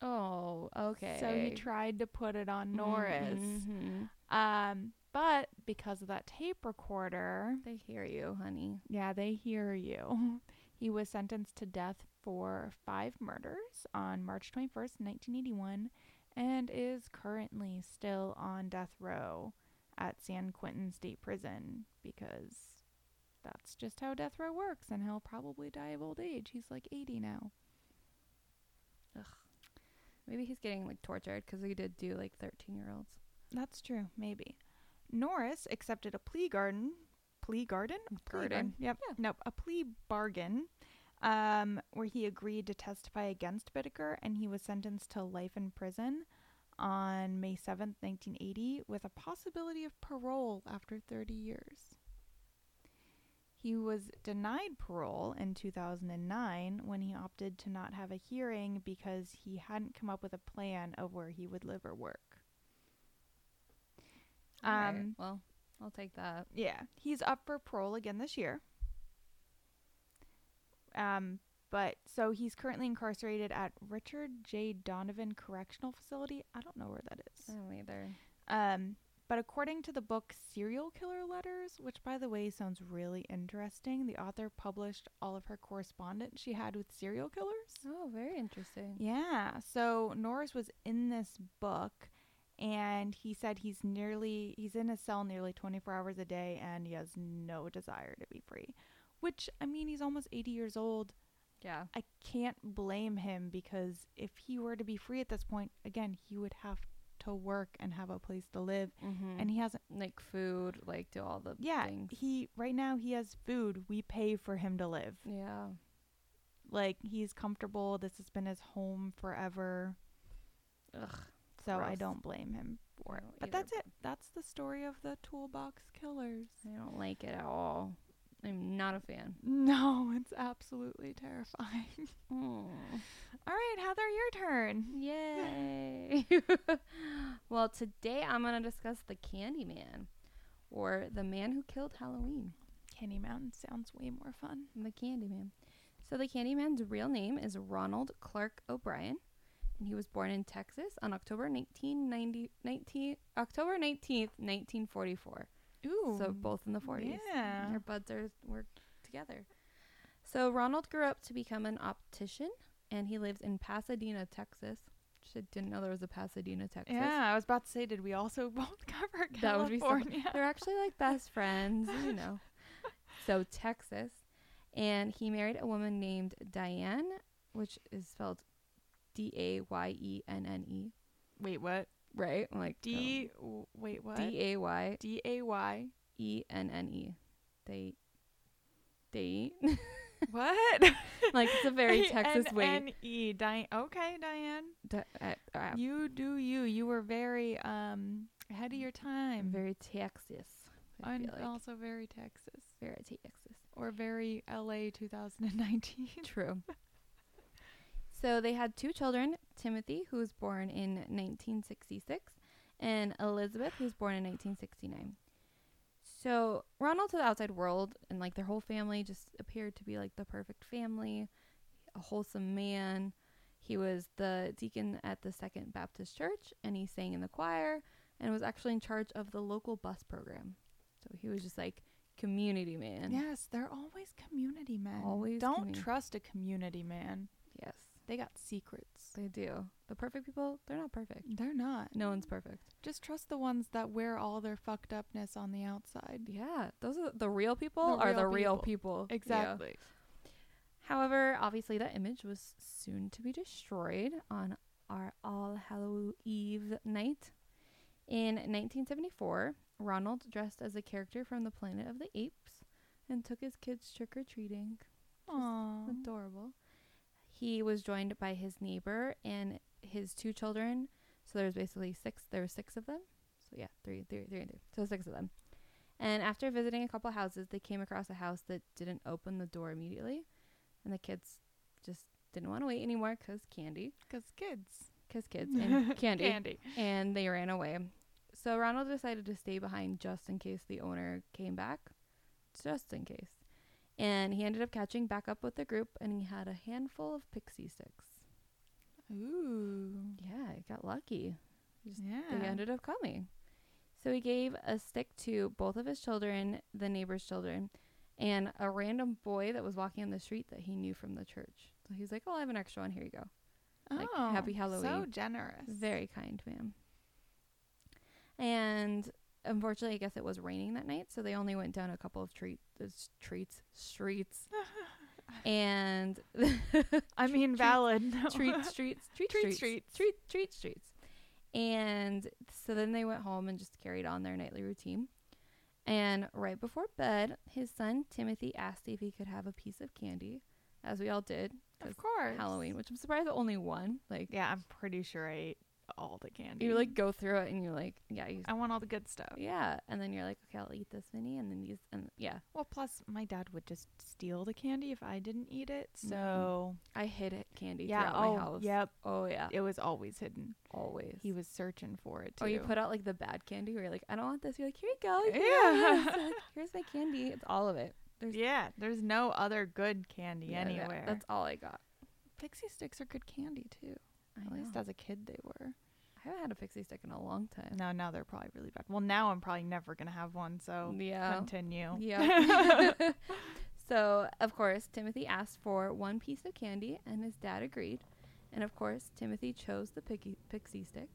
S1: Oh, okay. Mm-hmm,
S2: So he tried to put it on Norris.
S1: Mhm.
S2: Um, but because of that tape recorder,
S1: They hear you, honey.
S2: Yeah, they hear you. He was sentenced to death for five murders on March 21st, 1981, and is currently still on death row at San Quentin State Prison because that's just how death row works, and he'll probably die of old age. He's like 80 now.
S1: Maybe he's getting like tortured because he did do like 13 year olds.
S2: That's true, maybe. Norris accepted a plea garden. Plea garden? Plea
S1: Garden.
S2: Yep.
S1: Yeah.
S2: Nope. A plea bargain um, where he agreed to testify against Bittaker and he was sentenced to life in prison on May 7th, 1980, with a possibility of parole after 30 years. He was denied parole in 2009 when he opted to not have a hearing because he hadn't come up with a plan of where he would live or work.
S1: All right,
S2: Um,
S1: Well, I'll take that.
S2: yeah, he's up for parole again this year. Um, but so he's currently incarcerated at Richard J. Donovan Correctional Facility. I don't know where that
S1: I
S2: is.
S1: don't either.
S2: Um, but according to the book Serial Killer Letters, which by the way sounds really interesting, the author published all of her correspondence she had with serial killers.
S1: Oh, very interesting.
S2: Yeah. So Norris was in this book and he said he's nearly he's in a cell nearly 24 hours a day and he has no desire to be free. Which I mean he's almost 80 years old.
S1: Yeah.
S2: I can't blame him because if he were to be free at this point, again, he would have to work and have a place to live
S1: Mm-hmm.
S2: and he hasn't
S1: like food, like do all the
S2: yeah,
S1: things.
S2: he right now he has food. We pay for him to live.
S1: yeah.
S2: Like he's comfortable. This has been his home forever.
S1: Ugh.
S2: So I
S1: Gross.
S2: don't blame him for
S1: I
S2: it.
S1: don't
S2: But
S1: either,
S2: that's it. That's the story of the toolbox killers.
S1: I don't like it at all. I'm not a fan.
S2: No, it's absolutely terrifying.
S1: Mm.
S2: All right, Heather, your turn.
S1: Yay! well, today I'm going to discuss the Candyman, or the man who killed Halloween.
S2: Candy Mountain sounds way more fun.
S1: The Candyman. So the Candyman's real name is Ronald Clark O'Brien, and he was born in Texas on October 1990, 19 October 19th, 1944.
S2: Ooh.
S1: So both in the 40s.
S2: Yeah.
S1: Their buds are were together. So Ronald grew up to become an optician, and he lives in Pasadena, Texas. Which I didn't know there was a Pasadena, Texas.
S2: Yeah, I was about to say, did we also both cover
S1: That would be so-
S2: California?
S1: They're actually like best friends, you know. So Texas, and he married a woman named Diane, which is spelled D A Y E N N E.
S2: Wait, what?
S1: Right? I'm like oh.
S2: D. w- Wait, what?
S1: D A Y
S2: Oh. D A Y.
S1: E N N E. They date.
S2: What?
S1: like it's a very Texas way. uh,
S2: N-N-E, Diane. Okay, Diane.
S1: D- I, I,
S2: E. You do you. You were very um ahead of your
S1: I'm
S2: time.
S1: very Texas. I
S2: and
S1: feel like
S2: also very Texas
S1: very Texas.
S2: or very LA 2019.
S1: True. so they had two children Timothy, who was born in 1966, and Elizabeth, who was born in 1969. So Ronald to the outside world and like their whole family just appeared to be like the perfect family, a wholesome man. He was the deacon at the Second Baptist Church and he sang in the choir and was actually in charge of the local bus program. So he was just like community man.
S2: yes, they're always community men.
S1: Always
S2: Don't
S1: community.
S2: trust a community man.
S1: Yes.
S2: They got secrets.
S1: They do. The perfect people, they're not perfect.
S2: They're not.
S1: No one's perfect.
S2: Just trust the ones that wear all their fucked upness on the outside.
S1: Yeah, those are the real people
S2: The
S1: are the
S2: real
S1: real people. Yeah.
S2: Exactly.
S1: However, obviously that image was soon to be destroyed on our All Hallow Eve night. In 1974, Ronald dressed as a character from the Planet of the Apes and took his kids trick or treating.
S2: Aw.
S1: Adorable. He was joined by his neighbor and his two children. So there was basically six. There were six of them. So yeah, three, three, three, and three. So six of them. And after visiting a couple houses, they came across a house that didn't open the door immediately, and the kids just didn't want to wait anymore because candy,
S2: 'Cause kids.
S1: because kids and candy,
S2: Candy.
S1: and they ran away. So Ronald decided to stay behind just in case the owner came back, just in case. And he ended up catching back up with the group, and he had a handful of pixie sticks.
S2: Ooh.
S1: Yeah, he got lucky.
S2: Yeah.
S1: They ended up coming. So he gave a stick to both of his children, the neighbor's children, and a random boy that was walking on the street that he knew from the church. So he's like, "Oh, I have an extra one. Here you go." like, Happy
S2: Oh, So
S1: Halloween.
S2: generous.
S1: Very kind, ma'am. And unfortunately, I guess it was raining that night, so they only went down a couple of treat, uh, s- treats, streets, and
S2: I mean, valid.
S1: treat streets, treat
S2: Treat
S1: streets,
S2: streets.
S1: treat treat streets. And so then they went home and just carried on their nightly routine. And right before bed, his son Timothy asked if he could have a piece of candy, as we all did.
S2: of
S1: 'cause
S2: course.
S1: Halloween, which I'm surprised only one. Like
S2: Yeah, I'm pretty sure I ate all the candy.
S1: you like go through it and you're like, yeah, you
S2: I want all the good stuff.
S1: Yeah, and then you're like, okay, I'll eat this many, and then these, and yeah,
S2: Well, plus my dad would just steal the candy if I didn't eat it.
S1: Mhm.
S2: So
S1: I hid it candy
S2: yeah,
S1: throughout
S2: oh
S1: my house.
S2: yep,
S1: Oh yeah,
S2: it was always hidden.
S1: always.
S2: He was searching for it too.
S1: or Oh, you put out like the bad candy where you're like, I don't want this. You're like, here you go. Here
S2: Yeah.
S1: yeah. Here's my candy. It's all of it. There's
S2: yeah, there's no other good candy
S1: Yeah, that-
S2: anywhere.
S1: that's all I got.
S2: pixie sticks are good candy too.
S1: I
S2: At least
S1: know.
S2: as a kid they were.
S1: I haven't had a pixie stick in a long time.
S2: No, now they're probably really bad. Well, now I'm probably never gonna have one. So
S1: yeah.
S2: continue.
S1: Yeah. so, of course, Timothy asked for one piece of candy, and his dad agreed. And of course, Timothy chose the piggy, pixie stick.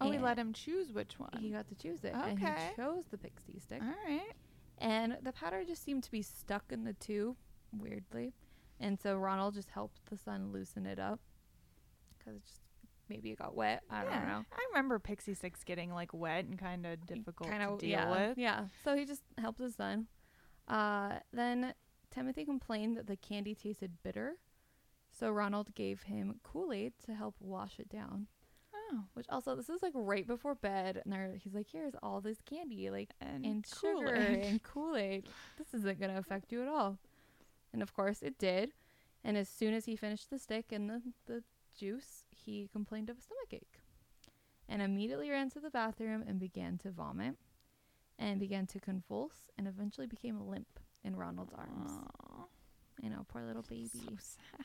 S2: Oh, we
S1: And
S2: let him choose which one.
S1: He got to choose it, and
S2: Um, Okay.
S1: he chose the pixie stick.
S2: all right.
S1: And the powder just seemed to be stuck in the two, weirdly. And so Ronald just helped the son loosen it up because it just maybe it got wet. I
S2: yeah.
S1: don't know.
S2: I remember pixie sticks getting like wet and kind of difficult
S1: Kinda-
S2: to deal
S1: yeah,
S2: with.
S1: Yeah. So he just helped his son. Uh, then Timothy complained that the candy tasted bitter. So Ronald gave him Kool Aid to help wash it down.
S2: Oh,
S1: Which also, this is like right before bed, and they're- he's like, "Here's all this candy, like
S2: and,
S1: and sugar
S2: Kool-Aid.
S1: and Kool Aid. This isn't going to affect you at all. And of course, it did. And as soon as he finished the stick and the, the juice, he complained of a stomachache and immediately ran to the bathroom and began to vomit and began to convulse and eventually became limp in Ronald's arms.
S2: Aw,
S1: I know, poor little baby.
S2: so sad.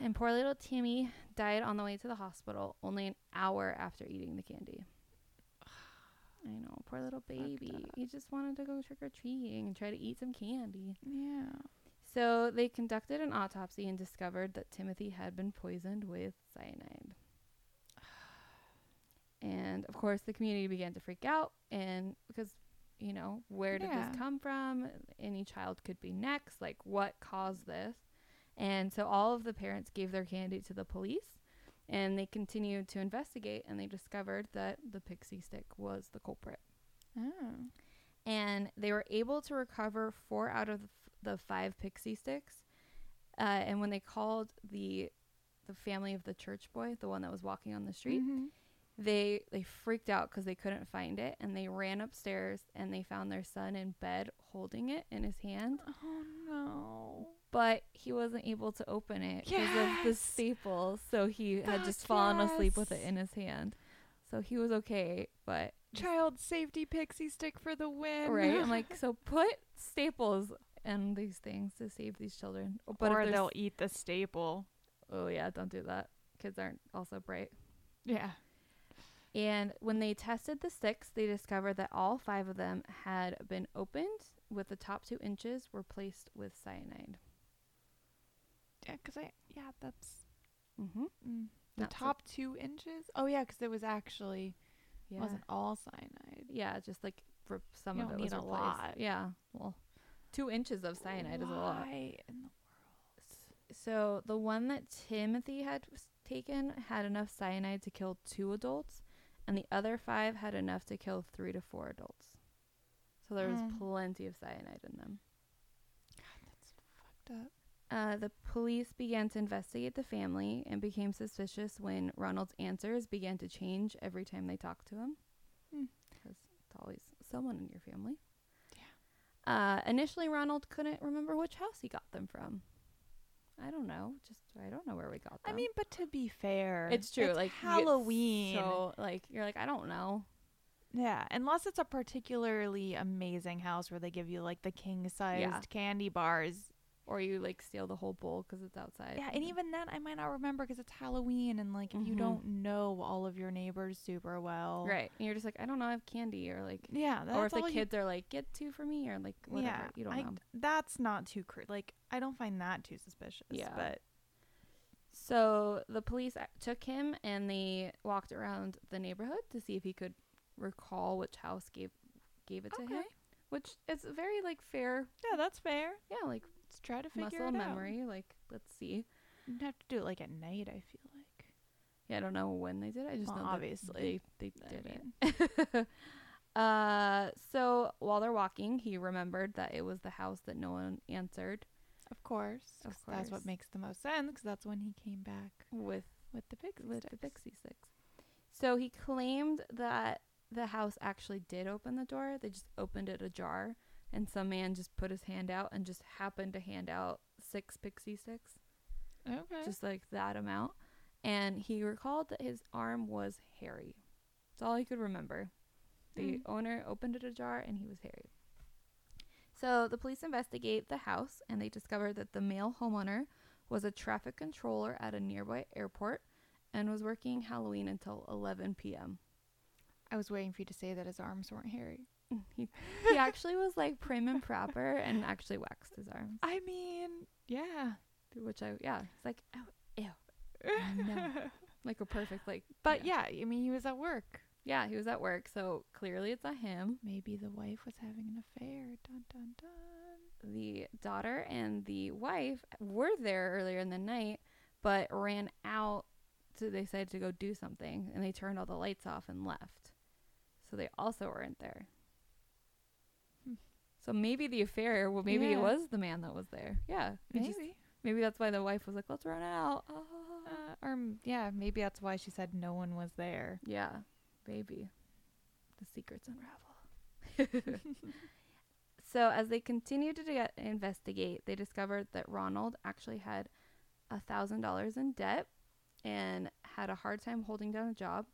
S1: and poor little Timmy died on the way to the hospital only an hour after eating the candy. I know, poor little baby. He just wanted to go trick or treating and try to eat some candy.
S2: Yeah.
S1: So they conducted an autopsy and discovered that Timothy had been poisoned with cyanide. And of course, the community began to freak out, and because you know, where did
S2: Yeah.
S1: this come from? Any child could be next. Like, what caused this? And so all of the parents gave their candy to the police, and they continued to investigate, and they discovered that the pixie stick was the culprit
S2: Oh.
S1: and they were able to recover four out of the, f- the five pixie sticks. Uh, and when they called the the family of the church boy, the one that was walking on the street,
S2: Mhm.
S1: they they freaked out because they couldn't find it, and they ran upstairs and they found their son in bed holding it in his hand,
S2: Oh no.
S1: but he wasn't able to open it because of the
S2: Yes.
S1: staples, so he had
S2: Fuck
S1: just fallen asleep with it
S2: yes.
S1: in his hand. So he was okay, but
S2: Child safety pixie stick for the win.
S1: right? I'm like, so put staples and these things to save these children. Oh, But if
S2: or
S1: there's-
S2: they'll eat the staple.
S1: oh yeah, don't do that. Kids aren't also bright.
S2: Yeah.
S1: And when they tested the sticks, they discovered that all five of them had been opened, with the top two inches were placed with cyanide.
S2: Yeah, 'cause I yeah that's
S1: Mm-hmm.
S2: mm, the
S1: Not so-
S2: top two inches. Oh yeah, 'cause it was actually
S1: Yeah.
S2: wasn't all cyanide.
S1: Yeah, just like for some
S2: You
S1: of
S2: don't
S1: it was
S2: need a
S1: replaced.
S2: lot.
S1: Yeah. Well, two inches of cyanide is a lot.
S2: Why in the-
S1: So the one that Timothy had s- taken had enough cyanide to kill two adults, and the other five had enough to kill three to four adults. So there was
S2: Mm.
S1: plenty of cyanide in them.
S2: that's fucked up.
S1: Uh, the police began to investigate the family and became suspicious when Ronald's answers began to change every time they talked to him.
S2: Hmm.
S1: Because it's always someone in your family.
S2: Yeah.
S1: Uh, initially, Ronald couldn't remember which house he got them from. I don't know. Just I don't know where we got them.
S2: I mean, but to be fair,
S1: It's true. like you get
S2: Halloween.
S1: So like you're like I don't know.
S2: Yeah, unless it's a particularly amazing house where they give you like the king sized candy bars.
S1: Or you like steal the whole bowl because it's outside.
S2: Yeah, and even then, I might not remember because it's Halloween and like if you
S1: Mhm.
S2: don't know all of your neighbors super well.
S1: right, and you're just like I don't know. I have candy or like,
S2: Yeah. That's
S1: or if the
S2: all you-
S1: kids are like get two for me or like whatever.
S2: yeah,
S1: you don't
S2: I-
S1: know.
S2: That's not too cr- like I don't find that too suspicious.
S1: Yeah.
S2: But
S1: So the police a- took him and they walked around the neighborhood to see if he could recall which house gave gave it to him.
S2: Okay.
S1: Which is a very like fair.
S2: yeah, that's fair.
S1: Yeah, like
S2: Let's try to figure
S1: muscle
S2: it
S1: memory. Like let's see.
S2: out. You'd have to do it like at night. I feel like.
S1: Yeah, I don't know when they did it. I just
S2: Well,
S1: know that
S2: obviously.
S1: they, they
S2: I
S1: did it.
S2: mean,
S1: Uh, so while they're walking, he remembered that it was the house that no one answered
S2: Of course.
S1: Of
S2: 'cause That's what
S1: course.
S2: makes the most sense because that's when he came back
S1: with
S2: with the pixie
S1: with the
S2: sticks.
S1: pixie sticks. So he claimed that the house actually did open the door. They just opened it ajar, and some man just put his hand out and just happened to hand out six pixie sticks,
S2: Okay.
S1: just like that amount. And he recalled that his arm was hairy. That's all he could remember. The
S2: Mm.
S1: owner opened it ajar and he was hairy. So the police investigate the house and they discover that the male homeowner was a traffic controller at a nearby airport and was working Halloween until 11 p.m.
S2: I was waiting for you to say that his arms weren't hairy.
S1: He, he actually was like prim and proper and actually waxed his arms,
S2: I mean, yeah.
S1: which I, yeah, it's like, oh, ew. No. Like a perfect, like,
S2: But yeah. I mean, he was at work.
S1: yeah, he was at work, so clearly it's not him.
S2: Maybe the wife was having an affair. Dun dun dun.
S1: the daughter and the wife were there earlier in the night, but ran out. So they decided to go do something, and they turned all the lights off and left. So they also weren't there.
S2: Hmm.
S1: So maybe the affair. Well, maybe
S2: Yeah.
S1: it was the man that was there. Yeah, it
S2: Maybe.
S1: just- maybe that's why the wife was like, "Let's run out." Ah.
S2: uh, or m- yeah, maybe that's why she said no one was there.
S1: Yeah, baby. The secrets unravel. so, as they continued to de- investigate, they discovered that Ronald actually had $1,000 in debt and had a hard time holding down a job.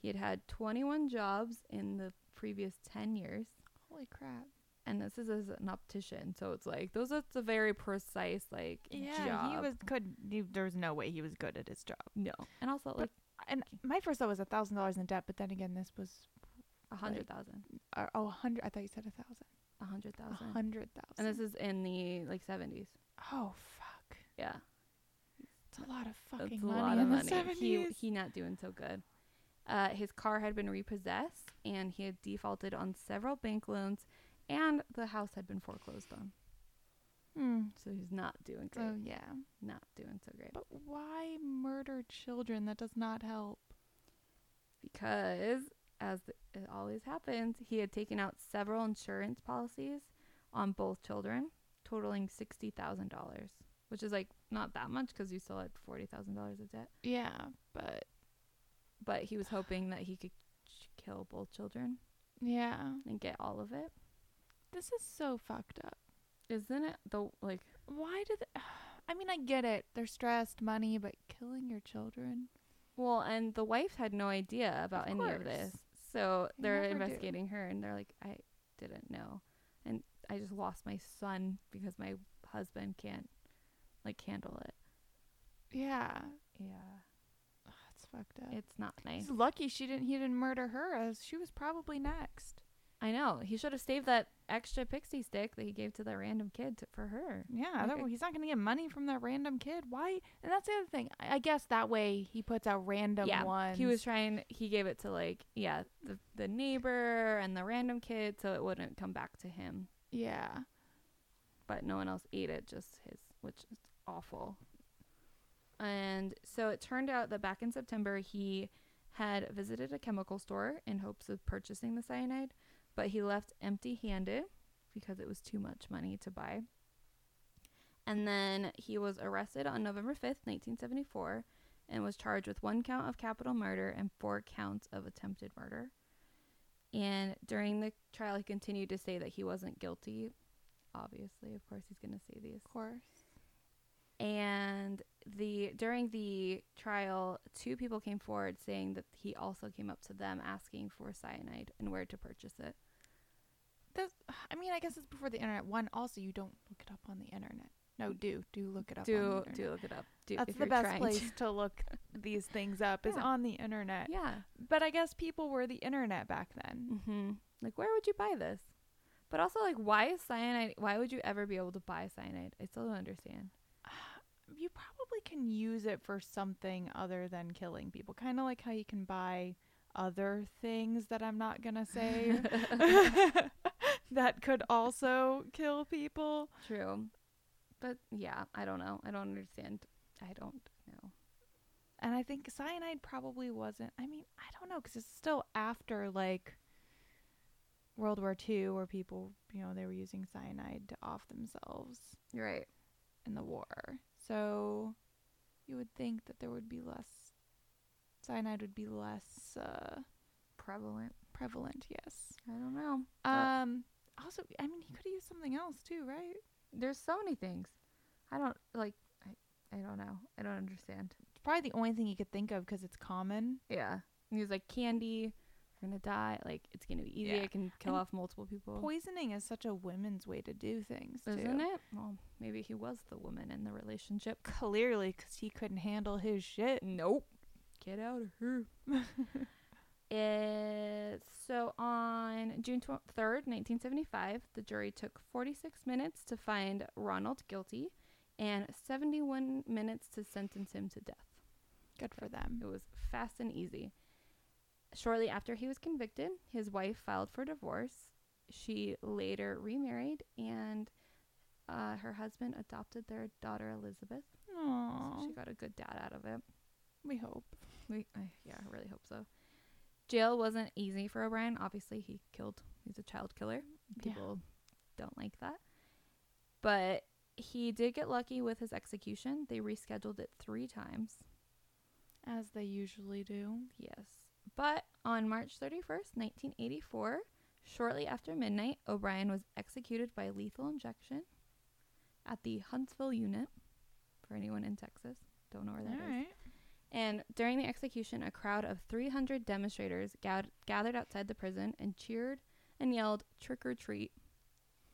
S1: He had had 21 jobs in the previous 10 years.
S2: Holy crap.
S1: And this is as an optician, so it's like those. It's a very precise like
S2: Yeah,
S1: job.
S2: he was good. He, there was no way he was good at his job.
S1: no, and also like
S2: And my first thought was a thousand dollars in debt, but then again, this was
S1: A hundred thousand.
S2: Or, oh, a hundred. I thought you said a thousand.
S1: A hundred
S2: A
S1: thousand.
S2: hundred thousand.
S1: And this is in the like seventies.
S2: oh fuck,
S1: Yeah.
S2: it's a lot of
S1: That's
S2: fucking
S1: a
S2: money
S1: lot
S2: in
S1: of
S2: the
S1: money. He
S2: seventies.
S1: he not doing so good. Uh, his car had been repossessed and he had defaulted on several bank loans and the house had been foreclosed on. So he's not doing great.
S2: So Hmm. Oh, yeah,
S1: Not doing so great.
S2: but why murder children? That does not help.
S1: Because as th- it always happens, he had taken out several insurance policies on both children, totaling $60,000, which is like not that much cuz you still had $40,000 of debt,
S2: Yeah, but
S1: but he was hoping that he could ch- kill both children
S2: yeah,
S1: and get all of it.
S2: this is so fucked up.
S1: Isn't it the like
S2: Why did? I mean, I get it. They're stressed, money, but killing your children.
S1: Well, and the wife had no idea about
S2: Of
S1: any of this.
S2: course.
S1: So
S2: They
S1: they're
S2: never do.
S1: investigating her and they're like, I didn't know. And I just lost my son because my husband can't like handle it.
S2: Yeah,
S1: Yeah.
S2: that's fucked up.
S1: It's not nice.
S2: It's lucky she didn't. He didn't murder her. As she was probably next.
S1: I know. He should have saved that extra pixie stick that he gave to the random kid to, for her.
S2: Yeah, that
S1: Okay.
S2: way he's not going to get money from that random kid. Why? And that's the other thing. I, I guess that way he puts out random
S1: yeah.
S2: ones.
S1: He was trying he gave it to like, yeah, the the neighbor and the random kid so it wouldn't come back to him.
S2: yeah.
S1: but no one else ate it, just his, which is awful. And so it turned out that back in September, he had visited a chemical store in hopes of purchasing the cyanide, but he left empty handed because it was too much money to buy. And then he was arrested on November 5th, 1974, and was charged with one count of capital murder and four counts of attempted murder. And during the trial, he continued to say that he wasn't guilty. Obviously, of course, he's going to say these
S2: Of course.
S1: and the during the trial two people came forward saying that he also came up to them asking for cyanide and where to purchase it
S2: That's, I mean, I guess it's before the internet. One, also, you don't look it up on the internet. No, do. Do look it up on the
S1: do
S2: internet.
S1: do look it up do
S2: That's
S1: if
S2: the
S1: you're
S2: best
S1: trying
S2: place
S1: to.
S2: to. look these things up is
S1: Yeah.
S2: on the internet.
S1: yeah
S2: But I guess people were the internet back then.
S1: hmm like where would you buy this but also like why is cyanide why would you ever be able to buy cyanide i still don't understand Mm.
S2: You probably can use it for something other than killing people. Kind of like how you can buy other things that I'm not going to say that could also kill people.
S1: true but yeah i don't know i don't understand i don't know
S2: And I think cyanide probably wasn't. I mean, I don't know because it's still after like World War II, where people, you know, they were using cyanide to off themselves
S1: you're right
S2: in the war. So you would think that there would be less cyanide would be less uh,
S1: prevalent
S2: prevalent. Yes.
S1: i don't know
S2: Um. Also, I mean, he could have used something else too, right?
S1: there's so many things. I don't like. I, I don't know. I don't understand.
S2: It's probably the only thing he could think of because it's common.
S1: Yeah. And he was like, candy. We're gonna die. Like it's gonna be easy.
S2: Yeah.
S1: I can kill
S2: And
S1: off multiple people.
S2: Poisoning is such a women's way to do things, too.
S1: Isn't it? Well, maybe he was the woman in the relationship.
S2: Clearly, because he couldn't handle his shit.
S1: Nope. Get out of here. It, so on June tw- 3rd, 1975, the jury took 46 minutes to find Ronald guilty and 71 minutes to sentence him to death.
S2: Good for them.
S1: It was fast and easy. Shortly after he was convicted, his wife filed for divorce. She later remarried, and uh, her husband adopted their daughter Elizabeth. So
S2: Aww.
S1: she got a good dad out of it.
S2: We hope.
S1: We, I, yeah, I really hope so. Jail wasn't easy for O'Brien. Obviously, he killed. He's a child killer.
S2: Yeah.
S1: People don't like that. But he did get lucky with his execution. They rescheduled it three times.
S2: As they usually do.
S1: Yes. But on March 31st, 1984, shortly after midnight, O'Brien was executed by lethal injection at the Huntsville unit for anyone in Texas. Don't know where that is. And during the execution, a crowd of 300 demonstrators gath- gathered outside the prison and cheered and yelled, trick or treat.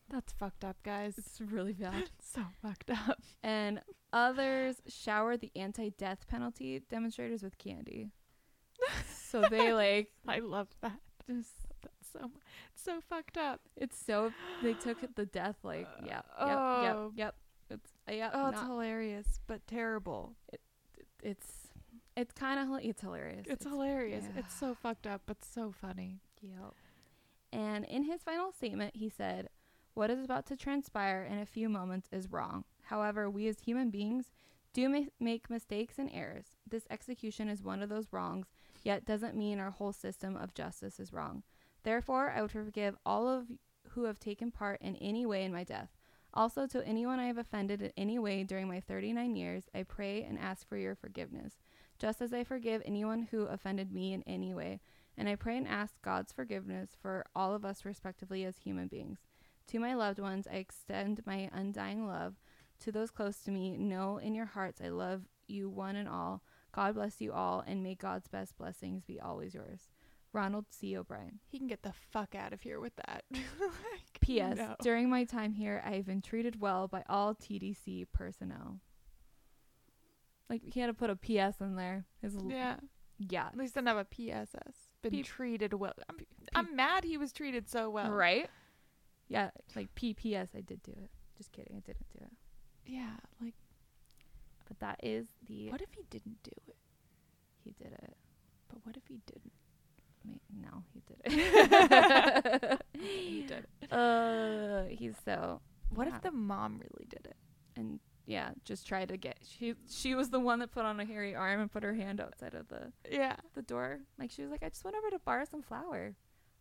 S2: That's fucked up, guys.
S1: It's really bad.
S2: so fucked up.
S1: and others showered the anti death penalty demonstrators with candy. so they like
S2: I love that.
S1: just
S2: so mu- it's so fucked up.
S1: It's so they took the death like yeah, yep, yep,
S2: Oh.
S1: yep. It's uh, yeah,
S2: Oh, it's
S1: not-
S2: hilarious, but terrible.
S1: it's it's kind of it's hilarious.
S2: It's, hilarious.
S1: yeah.
S2: It's so fucked up, but so funny.
S1: Yep. And in his final statement, he said, What is about to transpire in a few moments is wrong. However, we as human beings do ma- make mistakes and errors. This execution is one of those wrongs, yet doesn't mean our whole system of justice is wrong. Therefore, I would forgive all of who have taken part in any way in my death. Also, to anyone I have offended in any way during my 39 years, I pray and ask for your forgiveness, just as I forgive anyone who offended me in any way and I pray and ask God's forgiveness for all of us, respectively, as human beings. To my loved ones, I extend my undying love. To those close to me, know in your hearts I love you one and all. God bless you all, and may God's best blessings be always yours. Ronald C. O'Brien.
S2: He can get the fuck out of here with that. Like,
S1: P.S.
S2: no.
S1: During my time here, I have been treated well by all TDC personnel. Like, he had to put a P.S. in there. His l-
S2: Yeah.
S1: yeah.
S2: At least I don't have a PSS. Been
S1: Peep.
S2: treated well. I'm, I'm mad he was treated so well.
S1: Right? Yeah, like P.P.S. I did do it. Just kidding, I didn't do it.
S2: Yeah. Like,
S1: But that is the
S2: what if he didn't do it?
S1: he did it.
S2: But what if he didn't?
S1: Wait, no, he did it.
S2: He did. it.
S1: uh, he's so
S2: What
S1: Yeah.
S2: if the mom really did it?
S1: and yeah, just tried to get she she was the one that put on a hairy arm and put her hand outside of the
S2: Yeah.
S1: the door. Like she was like, I just went over to borrow some flour,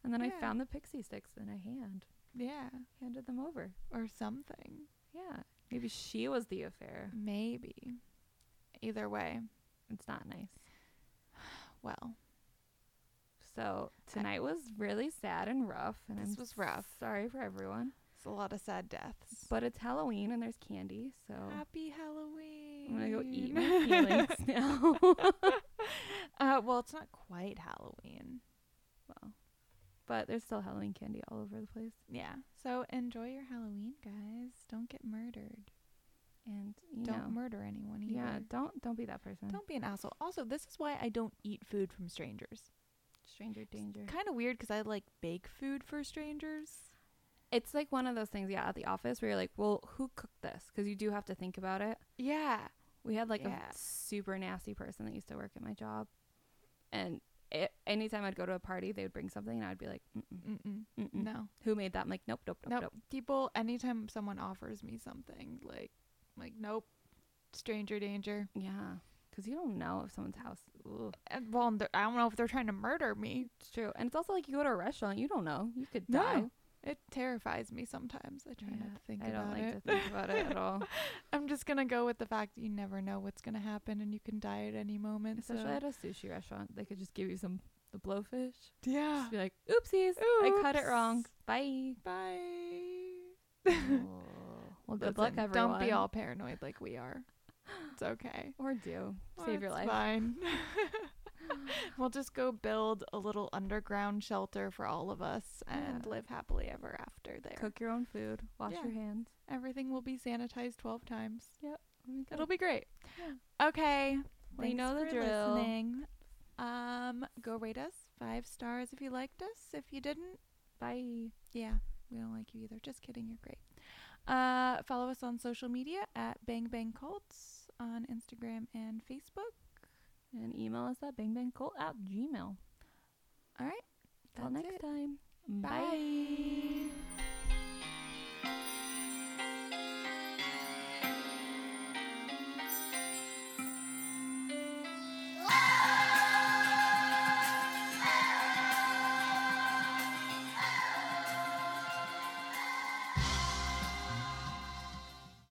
S1: and then
S2: Yeah.
S1: I found the pixie sticks in a hand
S2: Yeah.
S1: handed them over.
S2: Or something.
S1: Yeah, maybe she was the affair.
S2: Maybe. Either way.
S1: It's not nice.
S2: Well,
S1: So tonight was really sad and rough, and
S2: This
S1: I'm
S2: was rough.
S1: Sorry for everyone,
S2: it's a lot of sad deaths.
S1: but it's Halloween and there's candy, so.
S2: Happy Halloween.
S1: I'm gonna go eat my feelings now.
S2: uh, well, it's not quite Halloween.
S1: well, but there's still Halloween candy all over the place,
S2: Yeah. So enjoy your Halloween, guys. Don't get murdered.
S1: and you
S2: don't
S1: know,
S2: murder anyone either.
S1: yeah, don't don't be that person.
S2: Don't be an asshole. Also, this is why I don't eat food from strangers.
S1: Stranger danger.
S2: Kind of weird because I like bake food for strangers.
S1: It's like one of those things, yeah, at the office where you're like, well, who cooked this? Because you do have to think about it.
S2: Yeah.
S1: We had like
S2: Yeah.
S1: a super nasty person that used to work at my job, and it, anytime I'd go to a party, they would bring something, and I'd be like, Mm-mm,
S2: Mm-mm.
S1: mm-mm.
S2: No.
S1: who made that? I'm like, nope, nope, nope,
S2: Nope.
S1: Mm. nope.
S2: People, anytime someone offers me something, like, like, nope. Stranger danger.
S1: Yeah, because you don't know if someone's house. Ugh.
S2: And, well, and they're- I don't know if they're trying to murder me.
S1: It's true, and it's also like you go to a restaurant, you don't know, you could
S2: No.
S1: die.
S2: It terrifies me sometimes. I try
S1: Yeah,
S2: not to think
S1: I don't
S2: about
S1: like
S2: it.
S1: to think about it at all,
S2: I'm just gonna go with the fact that you never know what's gonna happen and you can die at any moment.
S1: especially
S2: so-
S1: at a sushi restaurant. They could just give you some the blowfish,
S2: yeah.
S1: just be like, "Oopsies, I cut it wrong.
S2: Oops.
S1: Bye."
S2: Bye.
S1: well, good luck,
S2: Listen,
S1: everyone.
S2: Don't be all paranoid like we are. It's okay.
S1: or do
S2: Oh,
S1: save your
S2: it's
S1: life.
S2: Fine. we'll just go build a little underground shelter for all of us and
S1: Yeah.
S2: live happily ever after there.
S1: Cook your own food. Wash
S2: Yeah.
S1: your hands.
S2: Everything will be sanitized 12 times.
S1: It'll
S2: It'll be great. Okay.
S1: Well, you
S2: Thanks
S1: know the
S2: for
S1: drill.
S2: Listening. Um, go rate us five stars if you liked us. If you didn't,
S1: bye.
S2: yeah, we don't like you either. Just kidding, you're great. Uh, follow us on social media at Bang Bang Colts on Instagram and Facebook.
S1: And email us at bangbangcolt at gmail.
S2: All right,
S1: Till
S2: that's
S1: next
S2: it.
S1: time.
S2: Bye.